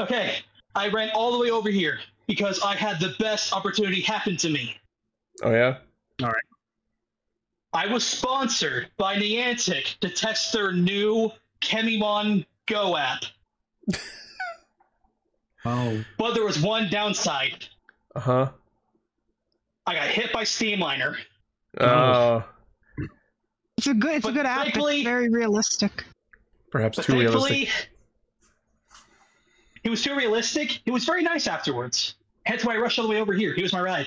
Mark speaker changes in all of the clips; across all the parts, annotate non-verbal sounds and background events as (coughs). Speaker 1: Okay, I ran all the way over here because I had the best opportunity happen to me.
Speaker 2: Oh yeah.
Speaker 1: I was sponsored by Niantic to test their new Chemimon Go app,
Speaker 3: Oh,
Speaker 1: but there was one downside.
Speaker 2: Uh huh.
Speaker 1: I got hit by Steamliner.
Speaker 2: Oh,
Speaker 4: It's a good. It's a
Speaker 1: But
Speaker 4: good app.
Speaker 1: thankfully-
Speaker 4: It's very realistic.
Speaker 2: perhaps
Speaker 1: But
Speaker 2: too realistic.
Speaker 1: thankfully, he was too realistic. He was very nice afterwards. Hence why I rushed all the way over here. He was my ride.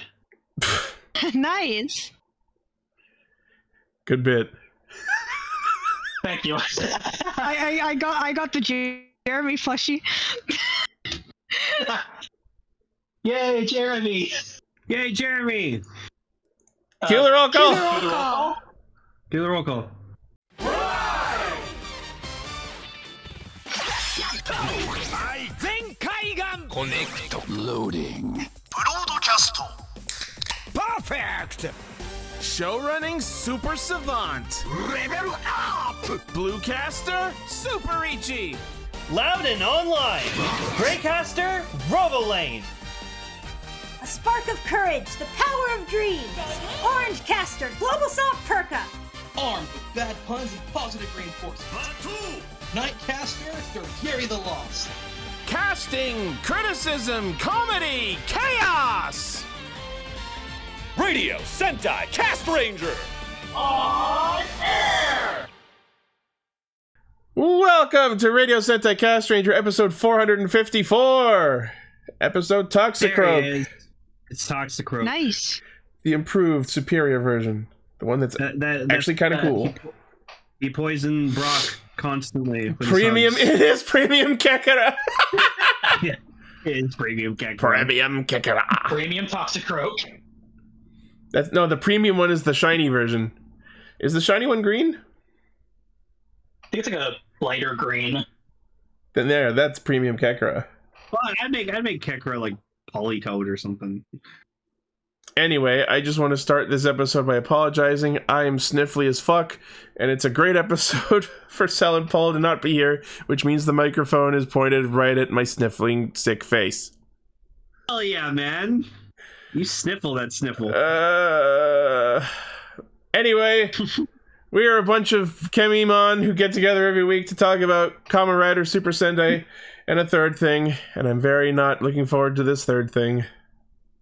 Speaker 4: nice.
Speaker 2: Good bit.
Speaker 1: Thank you. (laughs)
Speaker 4: I, I I got I got the Jer- Jeremy plushie.
Speaker 1: Yay, Jeremy!
Speaker 3: yay, Jeremy!
Speaker 1: Uh,
Speaker 2: Killer all go.
Speaker 1: Killer All.
Speaker 3: Do the roll call.
Speaker 5: Show running super savant. Level up! Bluecaster Super Ichi.
Speaker 6: Loud and online. Greycaster, Robolane.
Speaker 7: A Spark of Courage, The Power of Dreams, Orange Caster, Global Soft Perka,
Speaker 8: Armed with bad puns and positive reinforcements. Nightcaster, Thurgiri the Lost.
Speaker 5: Casting, criticism, comedy, chaos.
Speaker 6: Radio Sentai Cast Ranger.
Speaker 2: Welcome to Radio Sentai Cast Ranger, episode 454. Episode
Speaker 3: There he
Speaker 2: Toxicroak,
Speaker 3: is. It's Toxicroak.
Speaker 4: Nice.
Speaker 2: the improved, superior version, the one that's
Speaker 3: That, that,
Speaker 2: actually
Speaker 3: that's-
Speaker 2: kind of
Speaker 3: uh,
Speaker 2: cool.
Speaker 3: He, he poisoned Brock constantly. with
Speaker 2: (laughs)
Speaker 3: his
Speaker 2: Premium,
Speaker 3: hugs.
Speaker 2: it is premium Kekara.
Speaker 3: It's premium. Gag
Speaker 2: premium Kekara.
Speaker 1: Premium Toxicroak.
Speaker 2: That's no, the premium one is the shiny version. Is the shiny one green?
Speaker 1: I think it's like a lighter green.
Speaker 2: Then there, that's premium Kekara.
Speaker 3: Well, I'd make I'd make Kekra like polycode or something.
Speaker 2: Anyway, I just want to start this episode by apologizing. I am sniffly as fuck, and it's a great episode for Sal and Paul to not be here, which means the microphone is pointed right at my sniffling, sick face.
Speaker 3: Hell yeah, man! You sniffle that sniffle.
Speaker 2: Uh, anyway, we are a bunch of Kemimon who get together every week to talk about Kamen Rider Super Sentai and a third thing, and I'm very not looking forward to this third thing.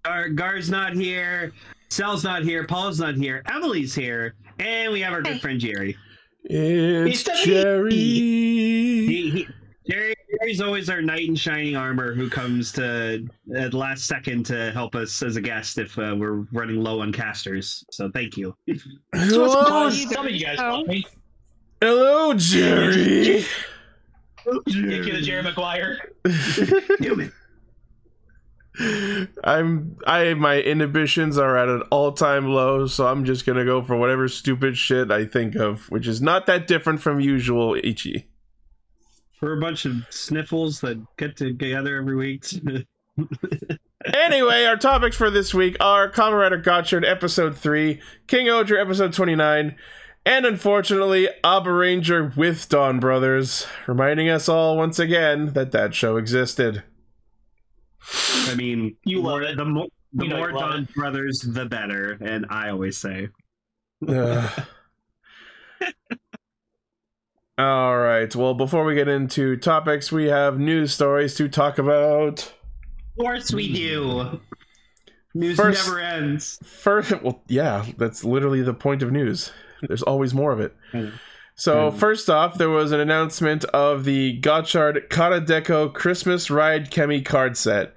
Speaker 3: Gar, Gar's not here. Sal's not here. Paul's not here. Emily's here, and we have our good
Speaker 4: Hey.
Speaker 3: friend Jerry.
Speaker 2: It's
Speaker 1: It's a
Speaker 2: Jerry.
Speaker 3: He, he, Jerry Jerry's always our knight in shining armor who comes to at last second to help us as a guest if uh, we're running low on casters. So thank you.
Speaker 2: Hello,
Speaker 1: Some of you guys
Speaker 4: Oh.
Speaker 1: love me.
Speaker 2: hello, Jerry.
Speaker 1: Thank you to
Speaker 3: (laughs)
Speaker 1: Jerry Maguire.
Speaker 3: Newman.
Speaker 2: I'm I my inhibitions are at an all-time low, so I'm just gonna go for whatever stupid shit I think of, which is not that different from usual Ichi.
Speaker 3: We're a bunch of sniffles that get together every week. to- (laughs)
Speaker 2: Anyway, our topics for this week are Kamen Rider Gotchard episode three, King Oger episode twenty-nine, and unfortunately, Abba Ranger with Dawn Brothers, reminding us all once again that that show existed.
Speaker 3: I mean,
Speaker 1: You love
Speaker 3: more-
Speaker 1: it.
Speaker 3: the more the
Speaker 1: We know you
Speaker 3: more
Speaker 1: love
Speaker 3: Don Brothers, the better. And I always say,
Speaker 2: Ugh. (laughs) All right. Well, before we get into topics, we have news stories to talk about.
Speaker 3: of course we do. News
Speaker 2: First-
Speaker 3: never ends.
Speaker 2: First, (laughs) well, yeah, that's literally the point of news. There's always more of it.
Speaker 3: Mm.
Speaker 2: So,
Speaker 3: Mm.
Speaker 2: first off, there was an announcement of the Gotchard Karadeco Christmas Ride Kemi card set.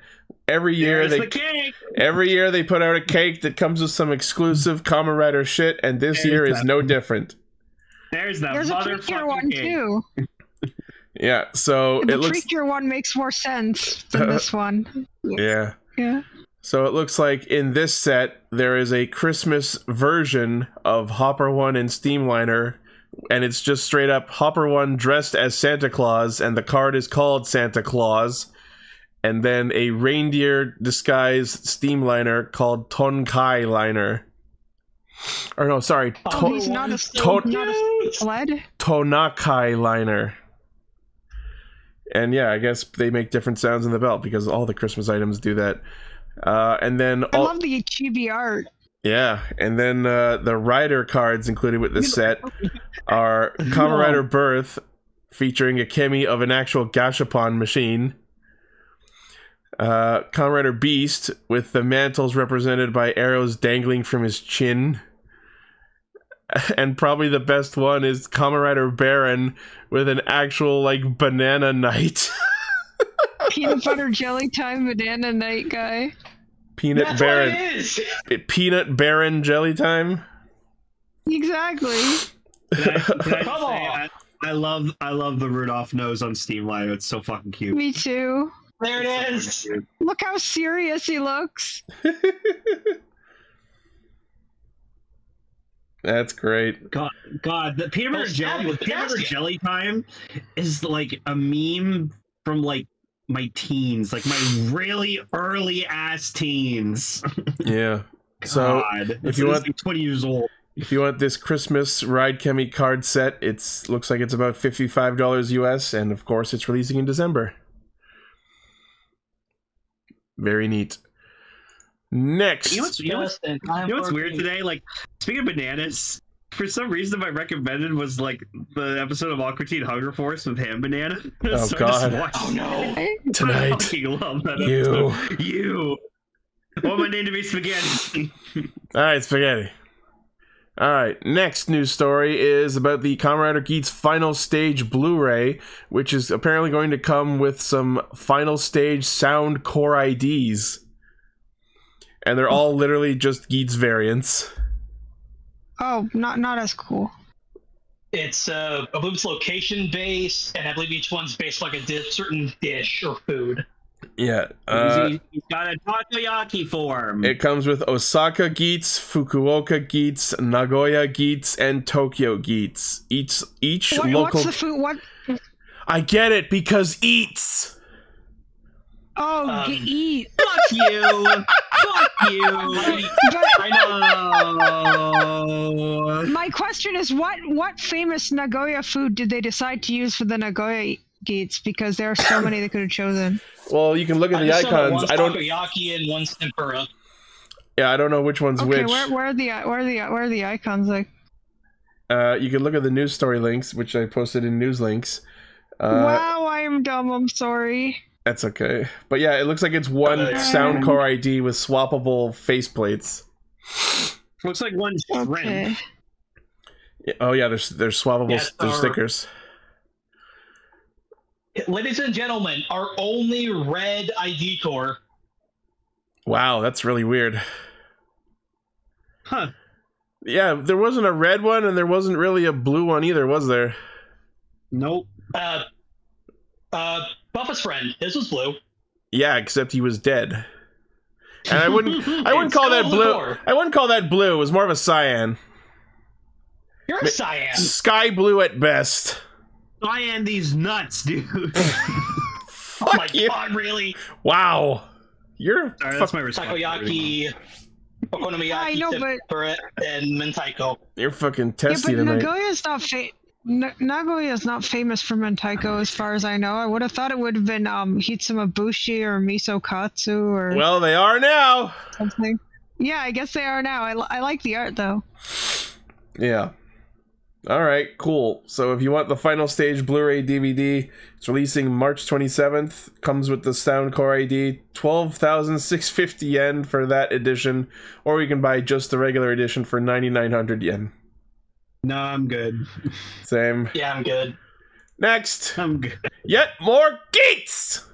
Speaker 2: Every year
Speaker 3: There's
Speaker 2: they
Speaker 3: the cake.
Speaker 2: every year they put out a cake that comes with some exclusive Kamen Rider shit, and this year is no different.
Speaker 3: There's the
Speaker 4: There's a trickier
Speaker 3: motherfucking
Speaker 4: one
Speaker 3: cake.
Speaker 4: too.
Speaker 2: Yeah, so
Speaker 4: The
Speaker 2: it looks
Speaker 4: trickier one makes more sense
Speaker 2: (laughs)
Speaker 4: than this one.
Speaker 2: yeah.
Speaker 4: Yeah.
Speaker 2: So it looks like in this set there is a Christmas version of Hopper One and Steamliner, and it's just straight up Hopper One dressed as Santa Claus, and the card is called Santa Claus, and then a reindeer disguised Steamliner called Tonkai Liner. Or no, sorry,
Speaker 4: Oh,
Speaker 2: to-
Speaker 4: he's not a
Speaker 1: Tot-
Speaker 4: not a sled.
Speaker 2: Tonakai Liner. And yeah, I guess they make different sounds in the belt because all the Christmas items do that. Uh, and then
Speaker 4: I
Speaker 2: all,
Speaker 4: love the chibi art.
Speaker 2: yeah, and then uh, the rider cards included with this set are Kamen Rider Birth, featuring a Kemi of an actual Gashapon machine. Uh, Kamen Rider Beast with the mantles represented by arrows dangling from his chin. (laughs) And probably the best one is Kamen Rider Baron with an actual like banana knight,
Speaker 4: Peanut butter jelly time banana night guy.
Speaker 2: (laughs) peanut
Speaker 1: That's
Speaker 2: Baron,
Speaker 1: what it is.
Speaker 2: peanut Baron jelly time.
Speaker 4: Exactly.
Speaker 3: Can I, can I,
Speaker 1: Come
Speaker 3: say,
Speaker 1: on.
Speaker 3: I, I love I love the Rudolph nose on Steam Live. It's so fucking cute.
Speaker 4: Me too.
Speaker 1: There it is.
Speaker 4: Look how serious he looks.
Speaker 2: That's great.
Speaker 3: God, God, the peanut butter
Speaker 1: Don't stab
Speaker 3: jelly
Speaker 1: me
Speaker 3: with
Speaker 1: with the
Speaker 3: peanut butter
Speaker 1: basket.
Speaker 3: jelly time is like a meme from like my teens, like my really early ass teens.
Speaker 2: Yeah. So
Speaker 3: God,
Speaker 2: if you
Speaker 3: This
Speaker 2: want-
Speaker 3: is twenty years old,
Speaker 2: If you want this Christmas Ride Kemi card set, it's looks like it's about fifty-five dollars US, and of course, it's releasing in December. Very neat. Next,
Speaker 3: you know what's, you know what's,
Speaker 1: Justin, I'm
Speaker 3: you know what's weird
Speaker 1: 14.
Speaker 3: today? Like speaking of bananas. For some reason, my recommended was like the episode of Aqua Teen Hunger Force with ham banana. (laughs) Oh
Speaker 2: God.
Speaker 1: Oh no.
Speaker 3: I (laughs)
Speaker 2: tonight,
Speaker 3: fucking love that
Speaker 2: you.
Speaker 3: episode. You. I want my name to be spaghetti.
Speaker 2: All right, spaghetti. All right, next news story is about the Comrade Geats Final Stage Blu-ray, which is apparently going to come with some Final Stage sound core IDs, and they're all literally just Geats variants.
Speaker 4: Oh, not not as cool.
Speaker 1: It's uh, I believe it's location based, and I believe each one's based on, like a di- certain dish or food.
Speaker 2: Yeah. Uh,
Speaker 3: He's- he's got a takoyaki form.
Speaker 2: it comes with Osaka Geats, Fukuoka Geats, Nagoya Geats, and Tokyo Geats. Each each
Speaker 4: What,
Speaker 2: local.
Speaker 4: What's the food? What?
Speaker 2: I get it because eats.
Speaker 4: Oh,
Speaker 1: Um,
Speaker 4: g- eat.
Speaker 3: Fuck you. Fuck
Speaker 1: (laughs)
Speaker 3: you.
Speaker 4: But
Speaker 1: I know.
Speaker 3: Oh.
Speaker 4: my question is, what what famous Nagoya food did they decide to use for the Nagoya gates? Because there are so many they could
Speaker 2: (coughs)
Speaker 4: have chosen.
Speaker 2: Well, you can look at
Speaker 1: I
Speaker 2: the
Speaker 1: just saw that
Speaker 2: icons.
Speaker 1: one's
Speaker 2: I don't.
Speaker 1: Takoyaki and one's tempura.
Speaker 2: Yeah, I don't know which one's
Speaker 4: Okay,
Speaker 2: which.
Speaker 4: where where are the where are the where are the icons? Like,
Speaker 2: Uh, you can look at the news story links, which I posted in news links. Uh,
Speaker 4: wow, I am dumb. I'm sorry.
Speaker 2: That's okay. But yeah, it looks like it's one
Speaker 1: Okay.
Speaker 2: sound core ID with swappable faceplates.
Speaker 3: Looks like one shrimp.
Speaker 4: Okay.
Speaker 2: Yeah, Oh yeah, there's there's swappable
Speaker 1: Yes,
Speaker 2: there's
Speaker 1: sir.
Speaker 2: stickers.
Speaker 1: Ladies and gentlemen, our only red ID core.
Speaker 2: Wow, that's really weird.
Speaker 3: Huh.
Speaker 2: Yeah, there wasn't a red one, and there wasn't really a blue one either, was there?
Speaker 3: Nope.
Speaker 1: Uh, uh, Buffa's friend. His was blue.
Speaker 2: Yeah, except he was dead. And
Speaker 1: (laughs)
Speaker 2: I wouldn't, I wouldn't
Speaker 1: It's
Speaker 2: call that
Speaker 1: called a
Speaker 2: blue.
Speaker 1: core.
Speaker 2: I wouldn't call that blue. It was more of a cyan,
Speaker 1: You're a cyan.
Speaker 2: sky blue at best.
Speaker 3: Cyan these nuts, dude. (laughs) Alright,
Speaker 1: (laughs) Oh my
Speaker 2: (laughs) Fuck you!
Speaker 1: god, really?
Speaker 2: Wow, you're
Speaker 3: that's
Speaker 2: fuck,
Speaker 3: my response.
Speaker 1: Takoyaki, okonomiyaki,
Speaker 4: I know, but-
Speaker 1: tempura, and mentaiko.
Speaker 2: you're fucking
Speaker 4: Yeah,
Speaker 2: testy
Speaker 4: but
Speaker 2: tonight.
Speaker 4: Nagoya's not fa- Na- Nagoya's not famous for mentaiko, as far as I know. I would have thought it would have been um, hitsumabushi or miso katsu or
Speaker 2: well, they are now.
Speaker 4: something. Yeah, I guess they are now. I, li- I like the art though.
Speaker 2: Yeah. All right, cool. So if you want the final stage Blu-ray DVD, it's releasing March 27th. Comes with the sound core ID, 12,650 yen for that edition, or you can buy just the regular edition for 9,900 yen.
Speaker 3: No, I'm good. (laughs)
Speaker 2: Same.
Speaker 1: Yeah, I'm good.
Speaker 2: Next,
Speaker 3: I'm good.
Speaker 2: yet more Geats.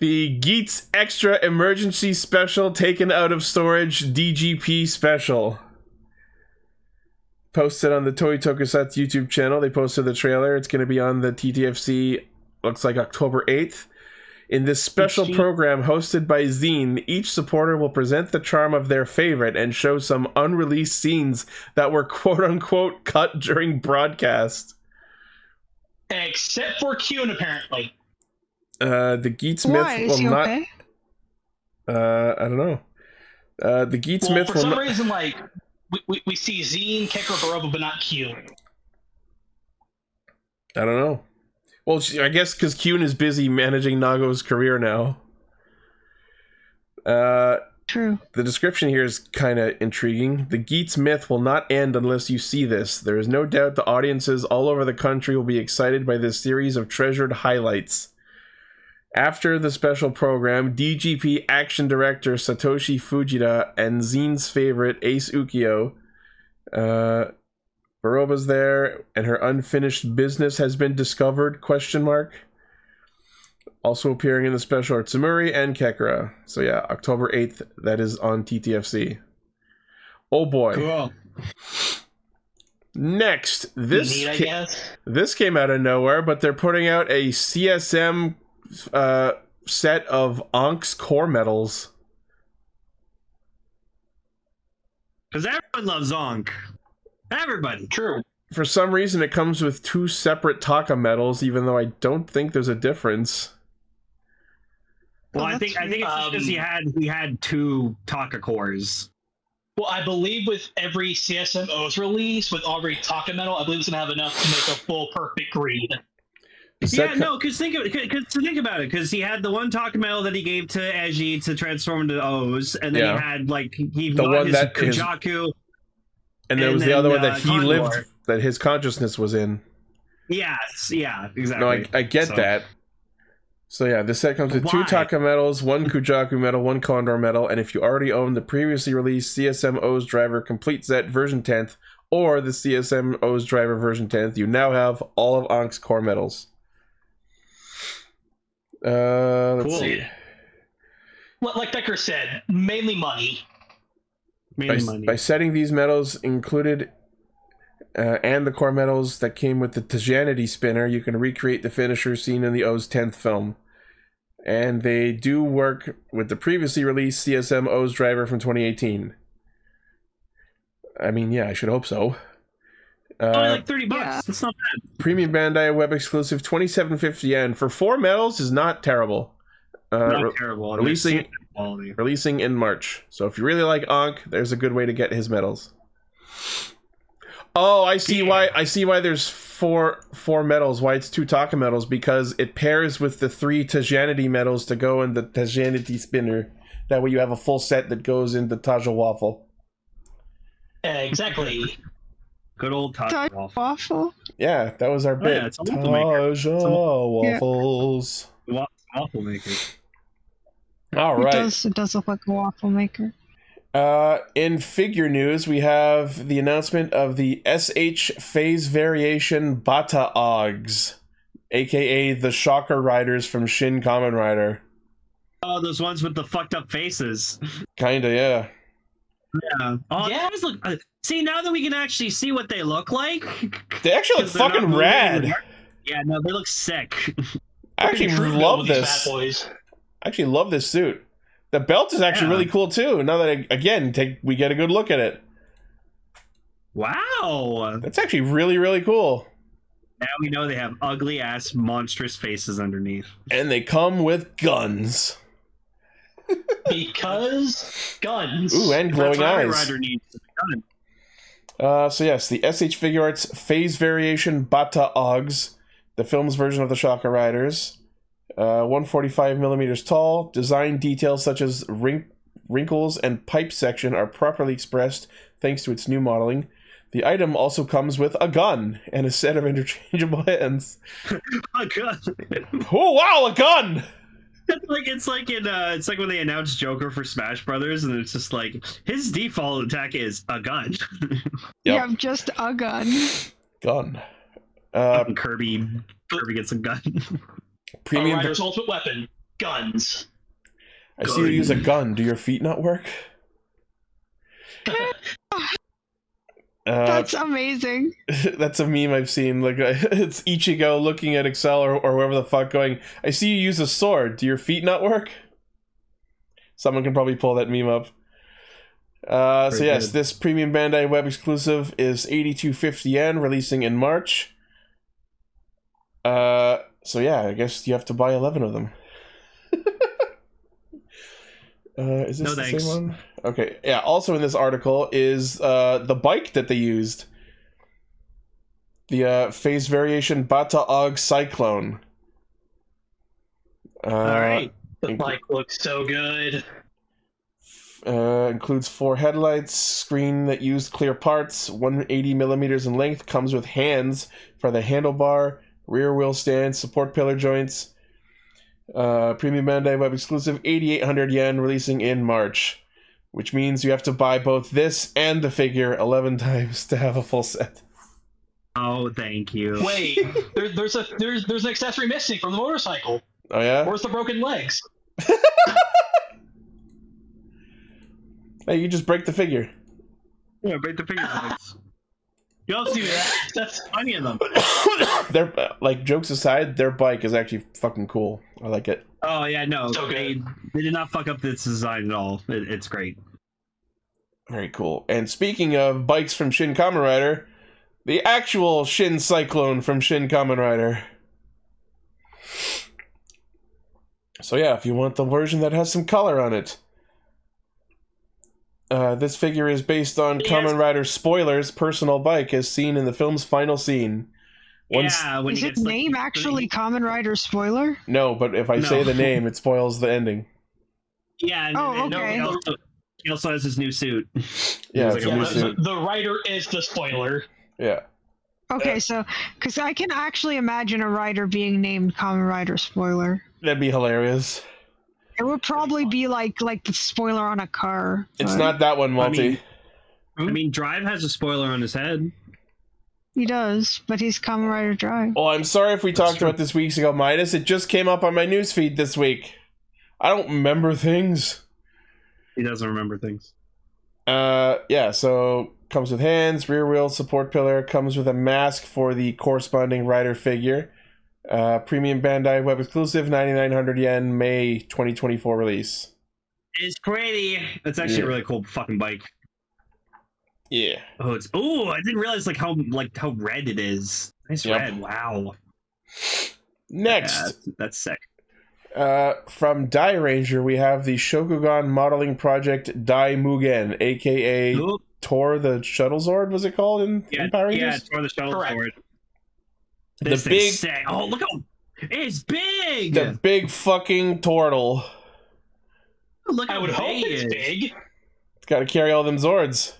Speaker 2: The Geats Extra Emergency Special taken out of storage DGP Special. Posted on the Toy Tokusatsu YouTube channel. They posted the trailer. It's going to be on the TTFC, looks like October 8th. In this special
Speaker 3: Geats.
Speaker 2: program hosted by Zine, each supporter will present the charm of their favorite and show some unreleased scenes that were quote unquote cut during broadcast.
Speaker 1: Except for Kuhn, apparently.
Speaker 2: Uh, the Geats
Speaker 4: Why
Speaker 2: myth
Speaker 4: is
Speaker 2: will
Speaker 4: he
Speaker 2: not.
Speaker 4: okay?
Speaker 2: Uh, I don't know. Uh, the Geats
Speaker 1: Well,
Speaker 2: myth
Speaker 1: for
Speaker 2: will
Speaker 1: some
Speaker 2: not.
Speaker 1: reason, like, we, we, we see Zine, Kekra, Baroba, but not Q.
Speaker 2: I don't know. Well, she, I guess because Kyun is busy managing Nago's career now. Uh,
Speaker 4: True.
Speaker 2: the description here is kind of intriguing. The Geats myth will not end unless you see this. There is no doubt the audiences all over the country will be excited by this series of treasured highlights. After the special program, DGP action director Satoshi Fujita and Zine's favorite Ace Ukio, uh, Baroba's there, and her unfinished business has been discovered? Question mark. Also appearing in the special are Tsumuri and Kekra. So yeah, October eighth. That is on TTFC. Oh boy.
Speaker 3: Cool.
Speaker 2: Next, this
Speaker 1: Neat, I
Speaker 2: ca-
Speaker 1: guess.
Speaker 2: this came out of nowhere, but they're putting out a CSM uh, set of Onk's core medals.
Speaker 3: Because everyone loves Onk. Everybody.
Speaker 1: True.
Speaker 2: For some reason, it comes with two separate Taka medals, even though I don't think there's a difference.
Speaker 3: Well,
Speaker 4: Oh,
Speaker 3: I
Speaker 4: that's Um,
Speaker 3: think I think it's
Speaker 1: weird.
Speaker 3: because he had he had two Taka cores.
Speaker 1: Well, I believe with every CSMO's release, with every Taka Metal, I believe it's going to have enough to make a full perfect green.
Speaker 2: Does
Speaker 3: yeah,
Speaker 2: that co-
Speaker 3: no, because think of because think about it, because he had the one Taka metal that he gave to Eji to transform into O's, and then
Speaker 2: Yeah.
Speaker 3: he had like he
Speaker 2: The
Speaker 3: bought
Speaker 2: one
Speaker 3: his
Speaker 2: that is-
Speaker 3: Kujaku.
Speaker 2: and there
Speaker 3: and
Speaker 2: was the
Speaker 3: then,
Speaker 2: other one
Speaker 3: uh,
Speaker 2: that he
Speaker 3: Condor.
Speaker 2: lived, that his consciousness was in.
Speaker 3: Yes, yeah, exactly.
Speaker 2: No, I, I get
Speaker 3: So-
Speaker 2: that. So yeah, this set comes with two
Speaker 3: Why?
Speaker 2: Taka medals, one Kujaku medal, one Condor medal, and if you already own the previously released CSMO's driver complete set version 10th or the CSMO's driver version 10th, you now have all of Onk's core medals. Uh, let's
Speaker 3: Cool.
Speaker 2: see.
Speaker 1: Li- Like Becker said, mainly money.
Speaker 2: by,
Speaker 3: Mainly money.
Speaker 2: by setting these medals included uh, and the core medals that came with the Tejanity spinner, you can recreate the finisher seen in the O's 10th film. And they do work with the previously released CSM O's driver from 2018. I mean, yeah, I should hope so.
Speaker 3: It's only
Speaker 2: Uh,
Speaker 3: Oh, like thirty bucks.
Speaker 4: Yeah.
Speaker 3: That's not bad.
Speaker 2: Premium Bandai web exclusive 2750 yen for four medals is not terrible. Uh,
Speaker 3: Not
Speaker 2: re-
Speaker 3: terrible. and it's
Speaker 2: releasing
Speaker 3: quality.
Speaker 2: releasing in March. So if you really like Ankh, there's a good way to get his medals. Oh, I see why I see why there's four four medals, why it's two Taka medals, because it pairs with the three Tajanity medals to go in the Tajanity spinner. That way you have a full set that goes in the Taja waffle.
Speaker 1: Exactly.
Speaker 3: Good old Taka.
Speaker 4: Type
Speaker 3: waffle.
Speaker 4: waffle.
Speaker 2: Yeah, that was our
Speaker 3: Oh,
Speaker 2: bit.
Speaker 3: yeah, it's a waffle maker. It's a
Speaker 2: Taja
Speaker 4: yeah.
Speaker 2: waffles.
Speaker 3: Wa- Waffle maker.
Speaker 2: All
Speaker 4: It
Speaker 2: right.
Speaker 4: does. It does look like a waffle maker.
Speaker 2: Uh, in figure news, we have the announcement of the SH phase variation Bata Ogs, aka the Shocker Riders from Shin Kamen Rider.
Speaker 3: Oh, those ones with the fucked up faces.
Speaker 2: Kinda, yeah.
Speaker 3: Yeah. Oh,
Speaker 1: Yeah.
Speaker 3: those look. uh, see, now that we can actually see what they look like. (laughs)
Speaker 2: They actually look
Speaker 3: 'cause they're not
Speaker 2: fucking
Speaker 3: moving
Speaker 2: rad.
Speaker 3: anymore. Yeah, no, they look sick.
Speaker 2: I actually
Speaker 1: True
Speaker 2: love
Speaker 1: build these
Speaker 2: this.
Speaker 1: Bad boys.
Speaker 2: I actually love this suit. The belt is actually
Speaker 3: Yeah.
Speaker 2: really cool too. Now that I, again, take we get a good look at it.
Speaker 3: Wow.
Speaker 2: That's actually really really cool.
Speaker 3: Now we know they have ugly ass, monstrous faces underneath.
Speaker 2: And they come with guns. (laughs)
Speaker 1: Because guns.
Speaker 2: Ooh, and glowing
Speaker 3: That's what every
Speaker 2: eyes.
Speaker 3: Rider needs. (laughs) Done.
Speaker 2: Uh, so yes, the SH Figure Arts Phase Variation Bata Ogs, the film's version of the Shaka Riders, uh, 145 millimeters tall. Design details such as wrink- wrinkles and pipe section are properly expressed thanks to its new modeling. The item also comes with a gun and a set of (laughs) interchangeable hands.
Speaker 3: Oh, God.
Speaker 2: Oh wow, a gun!
Speaker 3: It's (laughs) like it's like in uh, it's like when they announced Joker for Smash Brothers, and it's just like his default attack is a gun. (laughs)
Speaker 2: Yep.
Speaker 4: You have just a gun.
Speaker 2: Gun. Uh,
Speaker 3: (laughs) And Kirby Kirby gets a gun. (laughs)
Speaker 1: A
Speaker 2: premium.
Speaker 1: rider's ultimate weapon. Guns.
Speaker 2: I see you use a gun. Do your feet not work? Uh,
Speaker 4: That's amazing.
Speaker 2: (laughs) That's a meme I've seen. Like (laughs) it's Ichigo looking at Excel or, or whoever the fuck going, I see you use a sword. Do your feet not work? Someone can probably pull that meme up. Uh, so
Speaker 3: Very
Speaker 2: yes,
Speaker 3: good.
Speaker 2: this premium Bandai web exclusive is 8250 yen, releasing in March. Uh, so yeah, I guess you have to buy 11
Speaker 3: (laughs)
Speaker 2: of them. uh, is this
Speaker 3: No
Speaker 2: the
Speaker 3: thanks.
Speaker 2: same one? Okay. Yeah, also in this article is uh, the bike that they used The uh, phase variation Bata Og Cyclone. Uh,
Speaker 3: All right.
Speaker 1: The bike looks so good.
Speaker 2: Uh, includes four headlights, screen that used clear parts, 180 millimeters in length, comes with hands for the handlebar, rear wheel stand, support pillar joints. Uh, premium Bandai web exclusive, 8,800 yen, releasing in March. Which means you have to buy both this and the figure 11 (laughs) times to have a full set.
Speaker 3: Oh, thank you.
Speaker 1: Wait, there, there's a there's there's an accessory missing from the motorcycle.
Speaker 2: Oh, yeah?
Speaker 1: Where's the broken legs?
Speaker 2: Hey, you just break the figure.
Speaker 3: Yeah, break the fingers. you all see that?
Speaker 1: That's
Speaker 3: Plenty of them.
Speaker 2: (coughs) They're, like, jokes aside, their bike is actually fucking cool. I like it.
Speaker 3: Oh yeah, no,
Speaker 1: So good.
Speaker 3: they they did not fuck up this design at all. It, it's great.
Speaker 2: Very cool. And speaking of bikes from Shin Kamen Rider, the actual Shin Cyclone from Shin Kamen Rider. So yeah, if you want the version that has some color on it. Uh, this figure is based on
Speaker 3: Yes.
Speaker 2: Kamen Rider Spoiler's personal bike as seen in the film's final scene. Once,
Speaker 3: yeah, when
Speaker 4: Is
Speaker 3: he
Speaker 4: its
Speaker 3: gets, like,
Speaker 4: name
Speaker 3: the
Speaker 4: actually
Speaker 3: green-
Speaker 4: Common Rider Spoiler?
Speaker 2: No, but if I
Speaker 3: No.
Speaker 2: say the name, it spoils the ending.
Speaker 3: Yeah. And,
Speaker 4: Oh,
Speaker 3: and- and
Speaker 4: okay.
Speaker 3: he, also, he also has his new suit.
Speaker 2: Yeah,
Speaker 3: It's
Speaker 2: it's
Speaker 3: like
Speaker 2: a
Speaker 3: a
Speaker 2: new
Speaker 3: mess.
Speaker 1: the,
Speaker 2: suit.
Speaker 1: the writer is the spoiler.
Speaker 2: Yeah.
Speaker 4: Okay, so because I can actually imagine a rider being named Common Rider Spoiler.
Speaker 2: That'd be hilarious.
Speaker 4: It would probably be like like the spoiler on a car.
Speaker 2: It's
Speaker 4: but
Speaker 2: not that one,
Speaker 3: I
Speaker 2: Multi.
Speaker 3: mean- I mean, Drive has a spoiler on his head.
Speaker 4: He does, but he's Common Rider Drive.
Speaker 2: Oh, I'm sorry if we talked about this weeks ago, Midas. It just came up on my newsfeed this week. I don't remember things.
Speaker 3: He doesn't remember things.
Speaker 2: Uh, yeah. So comes with hands, rear wheel, support pillar. Comes with a mask for the corresponding rider figure. Uh, premium Bandai web exclusive, 9,900 yen, May 2024 release.
Speaker 3: It's pretty. It's actually
Speaker 2: Yeah.
Speaker 3: a really cool fucking bike.
Speaker 2: Yeah.
Speaker 3: Oh, it's oh! I didn't realize like how like how red it is. Nice
Speaker 2: Yep.
Speaker 3: red. Wow. Yeah,
Speaker 2: Next,
Speaker 3: that's, that's sick.
Speaker 2: uh, from Die Ranger, we have the Shokugan modeling project Dai Mugen, aka
Speaker 3: Ooh,
Speaker 2: Tor the Shuttle Zord. Was it called in,
Speaker 3: yeah,
Speaker 2: in Power
Speaker 3: yeah.
Speaker 2: Rangers?
Speaker 3: It's for the shuttle
Speaker 1: Correct.
Speaker 3: forward.
Speaker 2: The
Speaker 3: This thing's
Speaker 2: big-
Speaker 3: sick. Oh, look how it's big.
Speaker 2: The big fucking turtle.
Speaker 3: Look
Speaker 1: I
Speaker 3: how
Speaker 1: would
Speaker 3: big
Speaker 1: hope it's
Speaker 3: it is.
Speaker 1: big.
Speaker 2: It's got to carry all them Zords.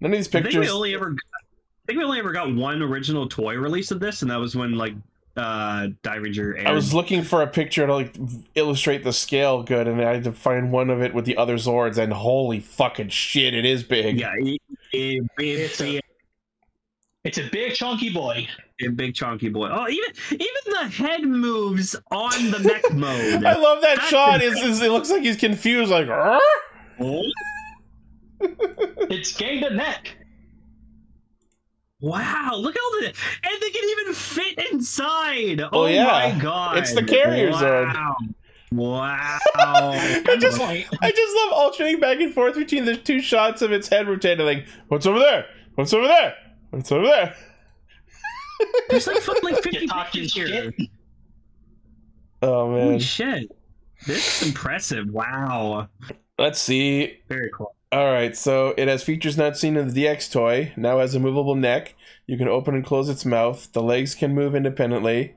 Speaker 2: None of these
Speaker 3: I think
Speaker 2: pictures.
Speaker 3: we only ever, I think we only ever got one original toy release of this, and that was when like uh Diranger aired.
Speaker 2: I was looking for a picture to like illustrate the scale good, and I had to find one of it with the other Zords. And holy fucking shit, it is big.
Speaker 3: yeah, it, it,
Speaker 1: It's
Speaker 3: it's
Speaker 1: a-
Speaker 3: a,
Speaker 1: It's a big chunky boy.
Speaker 3: big chunky boy. Oh, even even the head moves on
Speaker 2: (laughs)
Speaker 3: the mech
Speaker 2: (laughs)
Speaker 3: mode.
Speaker 2: I love that
Speaker 3: That's
Speaker 2: shot. Is it looks like he's confused, like "Arr?"
Speaker 3: Oh,
Speaker 1: It's gained a neck.
Speaker 3: wow, look at all the and they can even fit inside. Oh,
Speaker 2: yeah.
Speaker 3: my god,
Speaker 2: It's the carrier zone.
Speaker 3: wow. Wow.
Speaker 2: I just,
Speaker 1: Right.
Speaker 2: I just love alternating back and forth between the two shots of its head rotating. Like, what's over there? What's over there? What's over there?
Speaker 3: There's like fucking like 50
Speaker 1: Get talking
Speaker 3: pictures here.
Speaker 1: shit.
Speaker 2: Oh man,
Speaker 3: Holy shit. This is impressive. Wow.
Speaker 2: let's see.
Speaker 3: Very cool.
Speaker 2: All right, so it has features not seen in the DX toy. Now has a movable neck. You can open and close its mouth. The legs can move independently.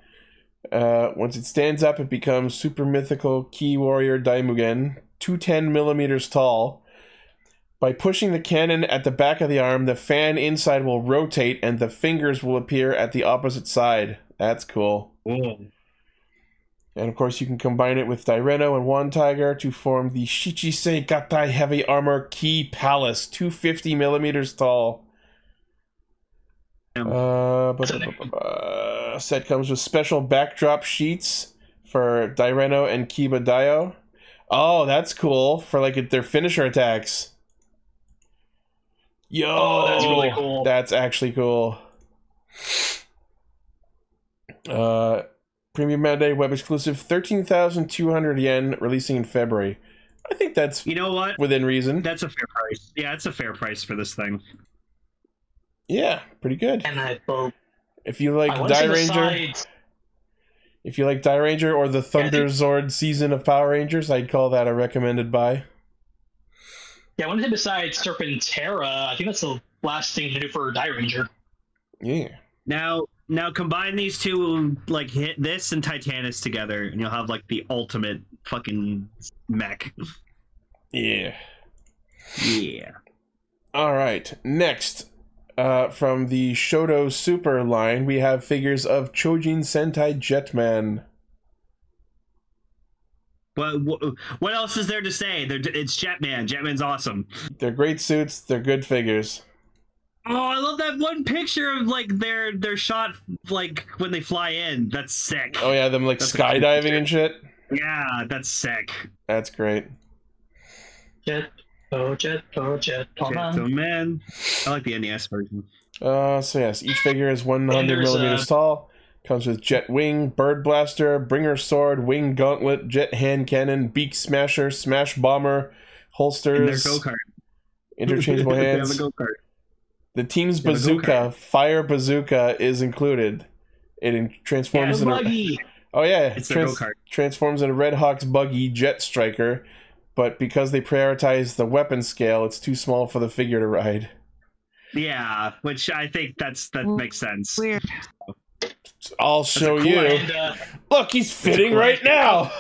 Speaker 2: Uh, once it stands up, it becomes super mythical Key Warrior Daimugen, 210 millimeters tall. By pushing the cannon at the back of the arm, the fan inside will rotate and the fingers will appear at the opposite side. That's cool.
Speaker 3: Whoa.
Speaker 2: And of course, you can combine it with Direno and One Tiger to form the Shichisei Gatai Heavy Armor Key Palace, 250 millimeters tall.
Speaker 3: Yeah.
Speaker 2: Uh, but uh, set comes with special backdrop sheets for Direno and Kiba Dio. Oh, that's cool for like their finisher attacks. Yo,
Speaker 1: Oh, that's really cool.
Speaker 2: That's actually cool. Uh, Premium Monday web exclusive, thirteen thousand two hundred yen, releasing in February. I think that's
Speaker 3: You know what?
Speaker 2: within reason.
Speaker 3: That's a fair price. Yeah, it's a fair price for this thing.
Speaker 2: Yeah, pretty good.
Speaker 1: And I, well,
Speaker 2: If you like
Speaker 1: I want to
Speaker 2: Die
Speaker 1: see the
Speaker 2: Ranger,
Speaker 1: sides.
Speaker 2: if you like Die Ranger or the
Speaker 1: I
Speaker 2: Thunder
Speaker 1: think-
Speaker 2: Zord season of Power Rangers, I'd call that a recommended buy.
Speaker 1: Yeah, I wanted to decide Serpentera. I think that's the last thing to do for a Die Ranger.
Speaker 2: Yeah.
Speaker 3: Now, now combine these two, like hit this and Titanus together, and you'll have like the ultimate fucking mech.
Speaker 2: Yeah.
Speaker 3: Yeah.
Speaker 2: All right. Next, uh, from the Shoto Super line, we have figures of Chojin Sentai Jetman.
Speaker 3: But wh- what else is there to say? They're, it's Jetman. Jetman's awesome.
Speaker 2: They're great suits. They're good figures.
Speaker 3: Oh, I love that one picture of like their their shot like when they fly in. That's sick.
Speaker 2: Oh yeah, them like
Speaker 3: That's a good
Speaker 2: skydiving
Speaker 3: picture.
Speaker 2: and shit.
Speaker 3: Yeah, that's sick.
Speaker 2: That's great.
Speaker 1: Jet, oh, jet, oh, jet, come on.
Speaker 3: Jetman. I like the NES version.
Speaker 2: Uh, so yes, each figure is 100
Speaker 1: there's, uh,
Speaker 2: millimeters tall. Comes with jet wing, bird blaster, bringer sword, wing gauntlet, jet hand cannon, beak smasher, smash bomber,
Speaker 3: And their
Speaker 2: holsters,
Speaker 3: (laughs) go kart.
Speaker 2: interchangeable
Speaker 3: (laughs) they
Speaker 2: hands.
Speaker 3: have a go kart.
Speaker 2: The team's
Speaker 3: They have a
Speaker 2: bazooka,
Speaker 3: go-kart.
Speaker 2: fire bazooka, is included. It in- transforms
Speaker 1: The
Speaker 2: into
Speaker 1: buggy.
Speaker 2: oh yeah,
Speaker 3: It's their go-kart.
Speaker 2: transforms into Red Hawk's buggy jet striker, but because they prioritize the weapon scale, it's too small for the figure to ride.
Speaker 3: Yeah, which I think that's that
Speaker 4: Well,
Speaker 3: makes
Speaker 2: Oh.
Speaker 3: sense.
Speaker 4: Weird.
Speaker 2: I'll show you.
Speaker 1: And, uh,
Speaker 2: Look, he's fitting
Speaker 3: cool
Speaker 2: right now.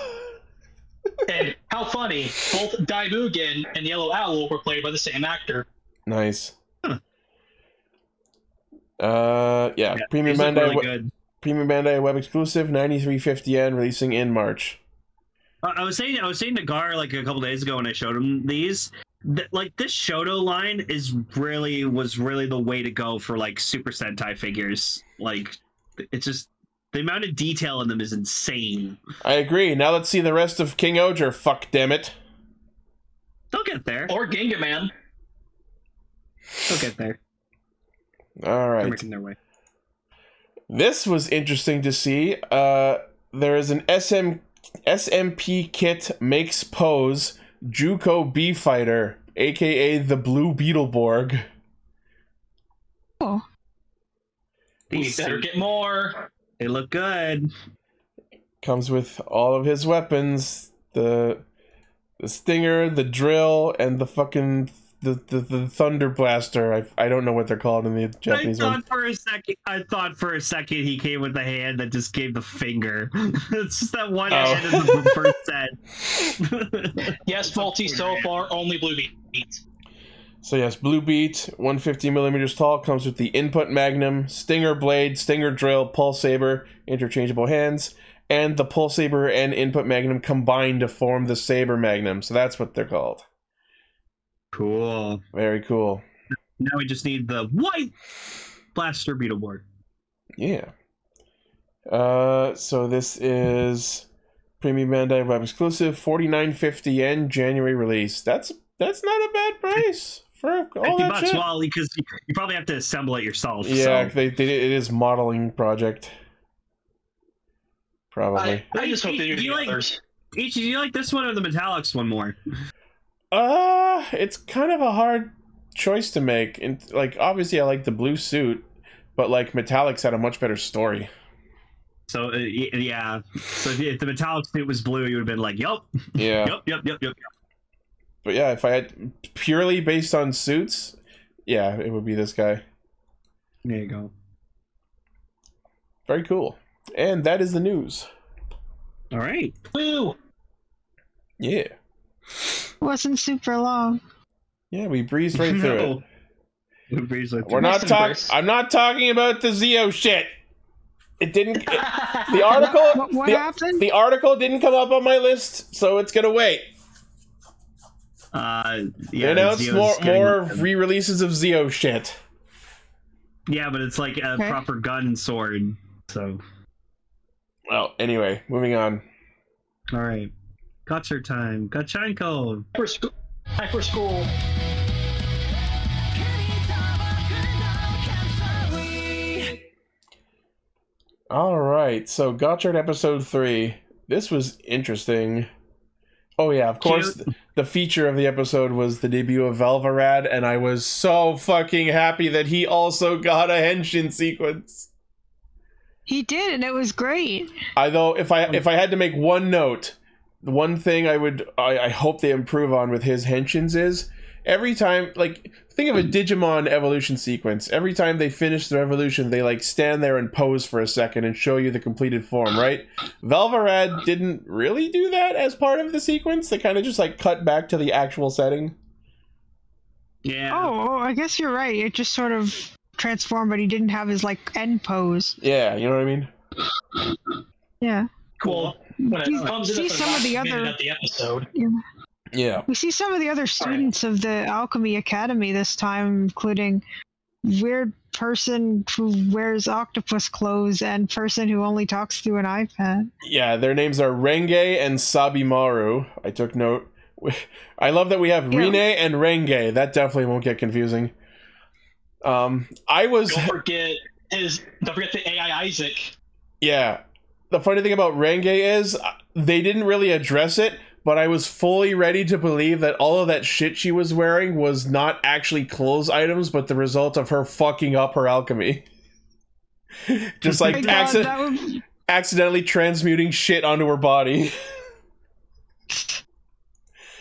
Speaker 1: and how funny, both Daimugen and Yellow Owl were played by the same actor.
Speaker 2: Nice. Uh, yeah.
Speaker 3: Yeah,
Speaker 2: Premium
Speaker 3: These look
Speaker 2: Bandai,
Speaker 3: really
Speaker 2: we-
Speaker 3: good.
Speaker 2: Premium Bandai web exclusive, ninety three fifty yen, releasing in March.
Speaker 3: I I was saying I was saying to Gar like a couple days ago when I showed him these. That, like this Shoto line is really was really the way to go for like Super Sentai figures. Like it's just the amount of detail in them is insane.
Speaker 2: I agree. Now let's see the rest of King Oger. Fuck, damn it.
Speaker 3: They'll get there.
Speaker 1: Or Ginga Man.
Speaker 3: They'll get there.
Speaker 2: All
Speaker 3: They're
Speaker 2: right.
Speaker 3: making their way.
Speaker 2: This was interesting to see. Uh, there is an SM SMP kit makes pose Juco B fighter, aka the Blue Beetleborg.
Speaker 4: Cool.
Speaker 1: We
Speaker 3: These
Speaker 1: better
Speaker 3: suit-
Speaker 1: get more.
Speaker 3: they look good.
Speaker 2: comes with all of his weapons the the stinger the drill and the fucking the the, the thunder blaster I, I don't know what they're called in the japanese
Speaker 3: I thought
Speaker 2: one
Speaker 3: for a second. I thought for a second he came with a hand that just gave the finger. (laughs) it's just that one
Speaker 2: Oh.
Speaker 3: hand in the first set.
Speaker 1: Yes, faulty so far, only Blue Beat.
Speaker 2: so yes blue beat 150 millimeters tall comes with the input magnum stinger blade stinger drill pulse saber interchangeable hands and the pulse saber and input magnum combine to form the saber magnum so that's what they're called
Speaker 3: (laughs) cool.
Speaker 2: very cool
Speaker 3: Now we just need the white blaster beetleborg.
Speaker 2: Yeah. Uh, so this is Premium Bandai Web exclusive, forty nine fifty yen January release. That's that's not a bad price for all
Speaker 3: Fifty
Speaker 2: that
Speaker 3: bucks,
Speaker 2: shit.
Speaker 3: well, because you, you probably have to assemble it yourself.
Speaker 2: yeah,
Speaker 3: so.
Speaker 2: they, they it is modeling project. Probably.
Speaker 1: I just hope they do the
Speaker 3: You like-
Speaker 1: others.
Speaker 3: Each, do you like this one or the metallics one more?
Speaker 2: Uh, it's kind of a hard choice to make, and like obviously I like the blue suit, but like Metallics had a much better story.
Speaker 3: So uh, y- yeah, so if, if the metallic suit was blue, you would have been like, yup,
Speaker 2: Yeah.
Speaker 3: (laughs) yup, yup, yup, yup.
Speaker 2: But yeah, if I had purely based on suits, yeah, it would be this guy.
Speaker 3: There you go.
Speaker 2: Very cool. And that is the news.
Speaker 3: All right.
Speaker 1: Woo!
Speaker 2: Yeah.
Speaker 4: Wasn't super long.
Speaker 2: Yeah, we breezed right through it.
Speaker 3: No. (laughs) Who breathes like
Speaker 2: We're
Speaker 3: that?
Speaker 2: not
Speaker 1: Listen,
Speaker 2: talking
Speaker 1: Bruce.
Speaker 2: I'm not talking about the Zeo shit. It didn't it- the article
Speaker 4: What, what
Speaker 2: the,
Speaker 4: happened?
Speaker 2: the article didn't come up on my list, so it's gonna wait.
Speaker 3: Uh,
Speaker 2: Yeah,
Speaker 3: yeah,
Speaker 2: they announced
Speaker 3: Zio's
Speaker 2: more
Speaker 3: getting-
Speaker 2: more re-releases of Zeo shit.
Speaker 3: Yeah, but it's like a
Speaker 4: Okay.
Speaker 3: proper gun and sword. So
Speaker 2: Well, anyway, moving on.
Speaker 3: all right, gotcha time, Gachanko.
Speaker 1: Hyper school. Hyper school.
Speaker 2: Alright, so Gotchard episode three. This was interesting. Oh yeah, of course th- the feature of the episode was the debut of Velvarad, and I was so fucking happy that he also got a henshin sequence.
Speaker 4: He did, and it was great.
Speaker 2: I though if I if I had to make one note, the one thing I would I, I hope they improve on with his henshins is every time like think of a digimon evolution sequence every time they finish their evolution they like stand there and pose for a second and show you the completed form right valvarad didn't really do that as part of the sequence they kind of just like cut back to the actual setting
Speaker 3: Yeah.
Speaker 4: Oh, oh, I guess you're right. It just sort of transformed, but he didn't have his like end pose.
Speaker 2: yeah you know what i mean
Speaker 4: Yeah.
Speaker 1: Cool. When
Speaker 4: He's-
Speaker 1: it comes in
Speaker 4: see
Speaker 1: at the
Speaker 4: some of
Speaker 1: last
Speaker 4: the
Speaker 1: minute
Speaker 4: other-
Speaker 1: of the episode,
Speaker 2: yeah
Speaker 4: We see some of the other
Speaker 1: right.
Speaker 4: students of the Alchemy Academy this time, including weird person who wears octopus clothes and person who only talks through an iPad.
Speaker 2: yeah their names are renge and sabimaru i took note (laughs) i love that we have
Speaker 4: Yeah.
Speaker 2: rene and renge that definitely won't get confusing um i was
Speaker 1: (laughs) don't forget his don't forget the AI Isaac.
Speaker 2: Yeah. The funny thing about Renge is uh, they didn't really address it, but I was fully ready to believe that all of that shit she was wearing was not actually clothes items, but the result of her fucking up her alchemy. (laughs) Just like
Speaker 4: Oh My God,
Speaker 2: acci-
Speaker 4: that would-
Speaker 2: accidentally transmuting shit onto her body. (laughs)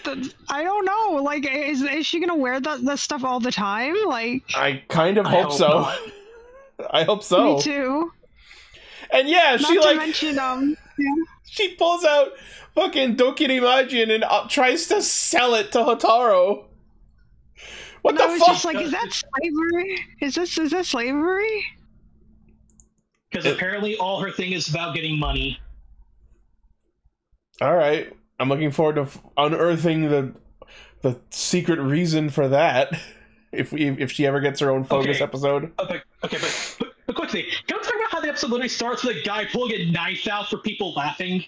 Speaker 4: that- I don't know. Like, is is she gonna wear that that stuff all the time? Like,
Speaker 2: I kind of
Speaker 1: I
Speaker 2: hope,
Speaker 1: hope
Speaker 2: so. (laughs) I hope so.
Speaker 4: me too.
Speaker 2: And yeah,
Speaker 4: Not
Speaker 2: she
Speaker 4: to
Speaker 2: like
Speaker 4: mention um.
Speaker 2: she pulls out fucking Dokirimajin and uh, tries to sell it to Hotaro. What
Speaker 4: And I
Speaker 2: the
Speaker 4: was
Speaker 2: fuck?
Speaker 4: just like, is that slavery? Is this is this slavery?
Speaker 1: Because apparently all her thing is about getting money.
Speaker 2: All right, I'm looking forward to f- unearthing the the secret reason for that. (laughs) If we if she ever gets her own focus
Speaker 1: Okay.
Speaker 2: episode,
Speaker 1: Okay, okay, but, but, but quickly, can we talk about how the episode literally starts with a guy pulling a knife out for people laughing?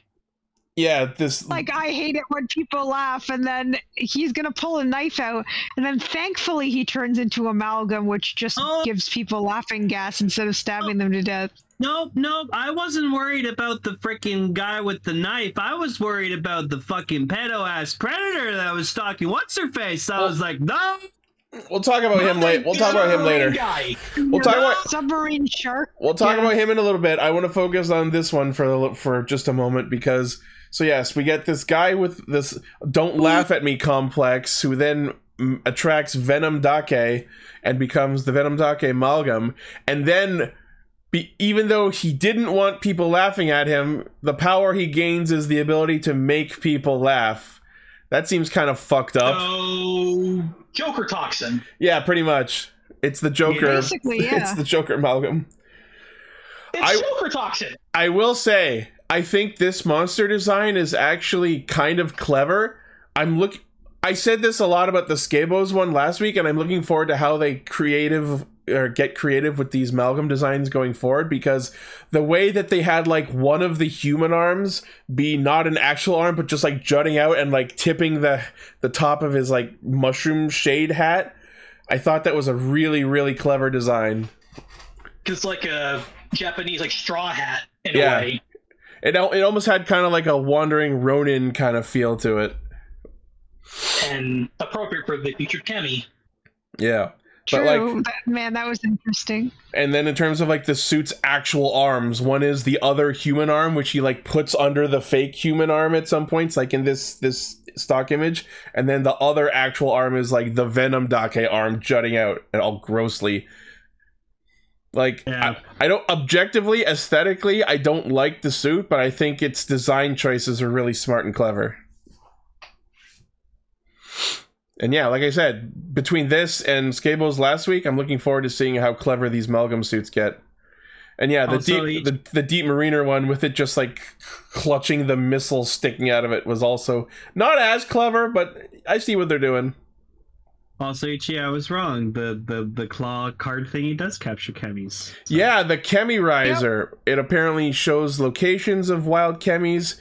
Speaker 2: yeah, this
Speaker 4: like I hate it when people laugh and then he's gonna pull a knife out and then thankfully he turns into amalgam which just
Speaker 3: Oh.
Speaker 4: gives people laughing gas instead of stabbing them to death.
Speaker 3: Nope, nope. I wasn't worried about the freaking guy with the knife. I was worried about the fucking pedo ass predator that was stalking what's her face. I was like, no.
Speaker 2: we'll talk about him later. We'll talk about him later.
Speaker 1: Guy.
Speaker 2: We'll talk about
Speaker 4: Submarine shark.
Speaker 2: We'll talk
Speaker 4: Yeah.
Speaker 2: about him in a little bit. I want to focus on this one for a li- for just a moment because so yes, we get this guy with this "don't laugh at me" complex who then mm, attracts Venom Dake and becomes the Venom Dake amalgam, and then. Be, even though he didn't want people laughing at him, the power he gains is the ability to make people laugh. That seems kind of fucked up.
Speaker 1: Oh, Joker toxin.
Speaker 2: Yeah, pretty much. It's the Joker. (laughs)
Speaker 4: Basically,
Speaker 2: It's
Speaker 4: yeah.
Speaker 2: the Joker amalgam.
Speaker 1: It's
Speaker 2: I-
Speaker 1: Joker toxin.
Speaker 2: I will say, I think this monster design is actually kind of clever. I'm look. I said this a lot about the Skabos one last week, and I'm looking forward to how they creative or get creative with these amalgam designs going forward because the way that they had like one of the human arms be not an actual arm but just like jutting out and like tipping the the top of his like mushroom shade hat i thought that was a really really clever design
Speaker 1: It's like a Japanese like straw hat in
Speaker 2: Yeah.
Speaker 1: a way.
Speaker 2: It al- it almost had kind of like a wandering Ronin kind of feel to it.
Speaker 1: And appropriate for the future Kemi.
Speaker 2: Yeah.
Speaker 4: True.
Speaker 2: like-
Speaker 4: that, man, that was interesting.
Speaker 2: And then in terms of like the suit's actual arms, one is the other human arm, which he like puts under the fake human arm at some points, like in this this stock image. And then the other actual arm is like the Venom Dake arm jutting out and all grossly. Like
Speaker 3: Yeah.
Speaker 2: I, I don't objectively, aesthetically, I don't like the suit, but I think its design choices are really smart and clever. And yeah, like I said, between this and Scabo's last week, I'm looking forward to seeing how clever these Malgum suits get. And yeah, the
Speaker 3: Also,
Speaker 2: deep
Speaker 3: each-
Speaker 2: the, the deep mariner one with it just like clutching the missile sticking out of it was also not as clever, but I see what they're doing.
Speaker 3: Also, Ichi, I was wrong. The the the claw card thingy does capture chemis.
Speaker 2: Yeah, the Chemi Riser. It apparently shows locations of wild Chemis.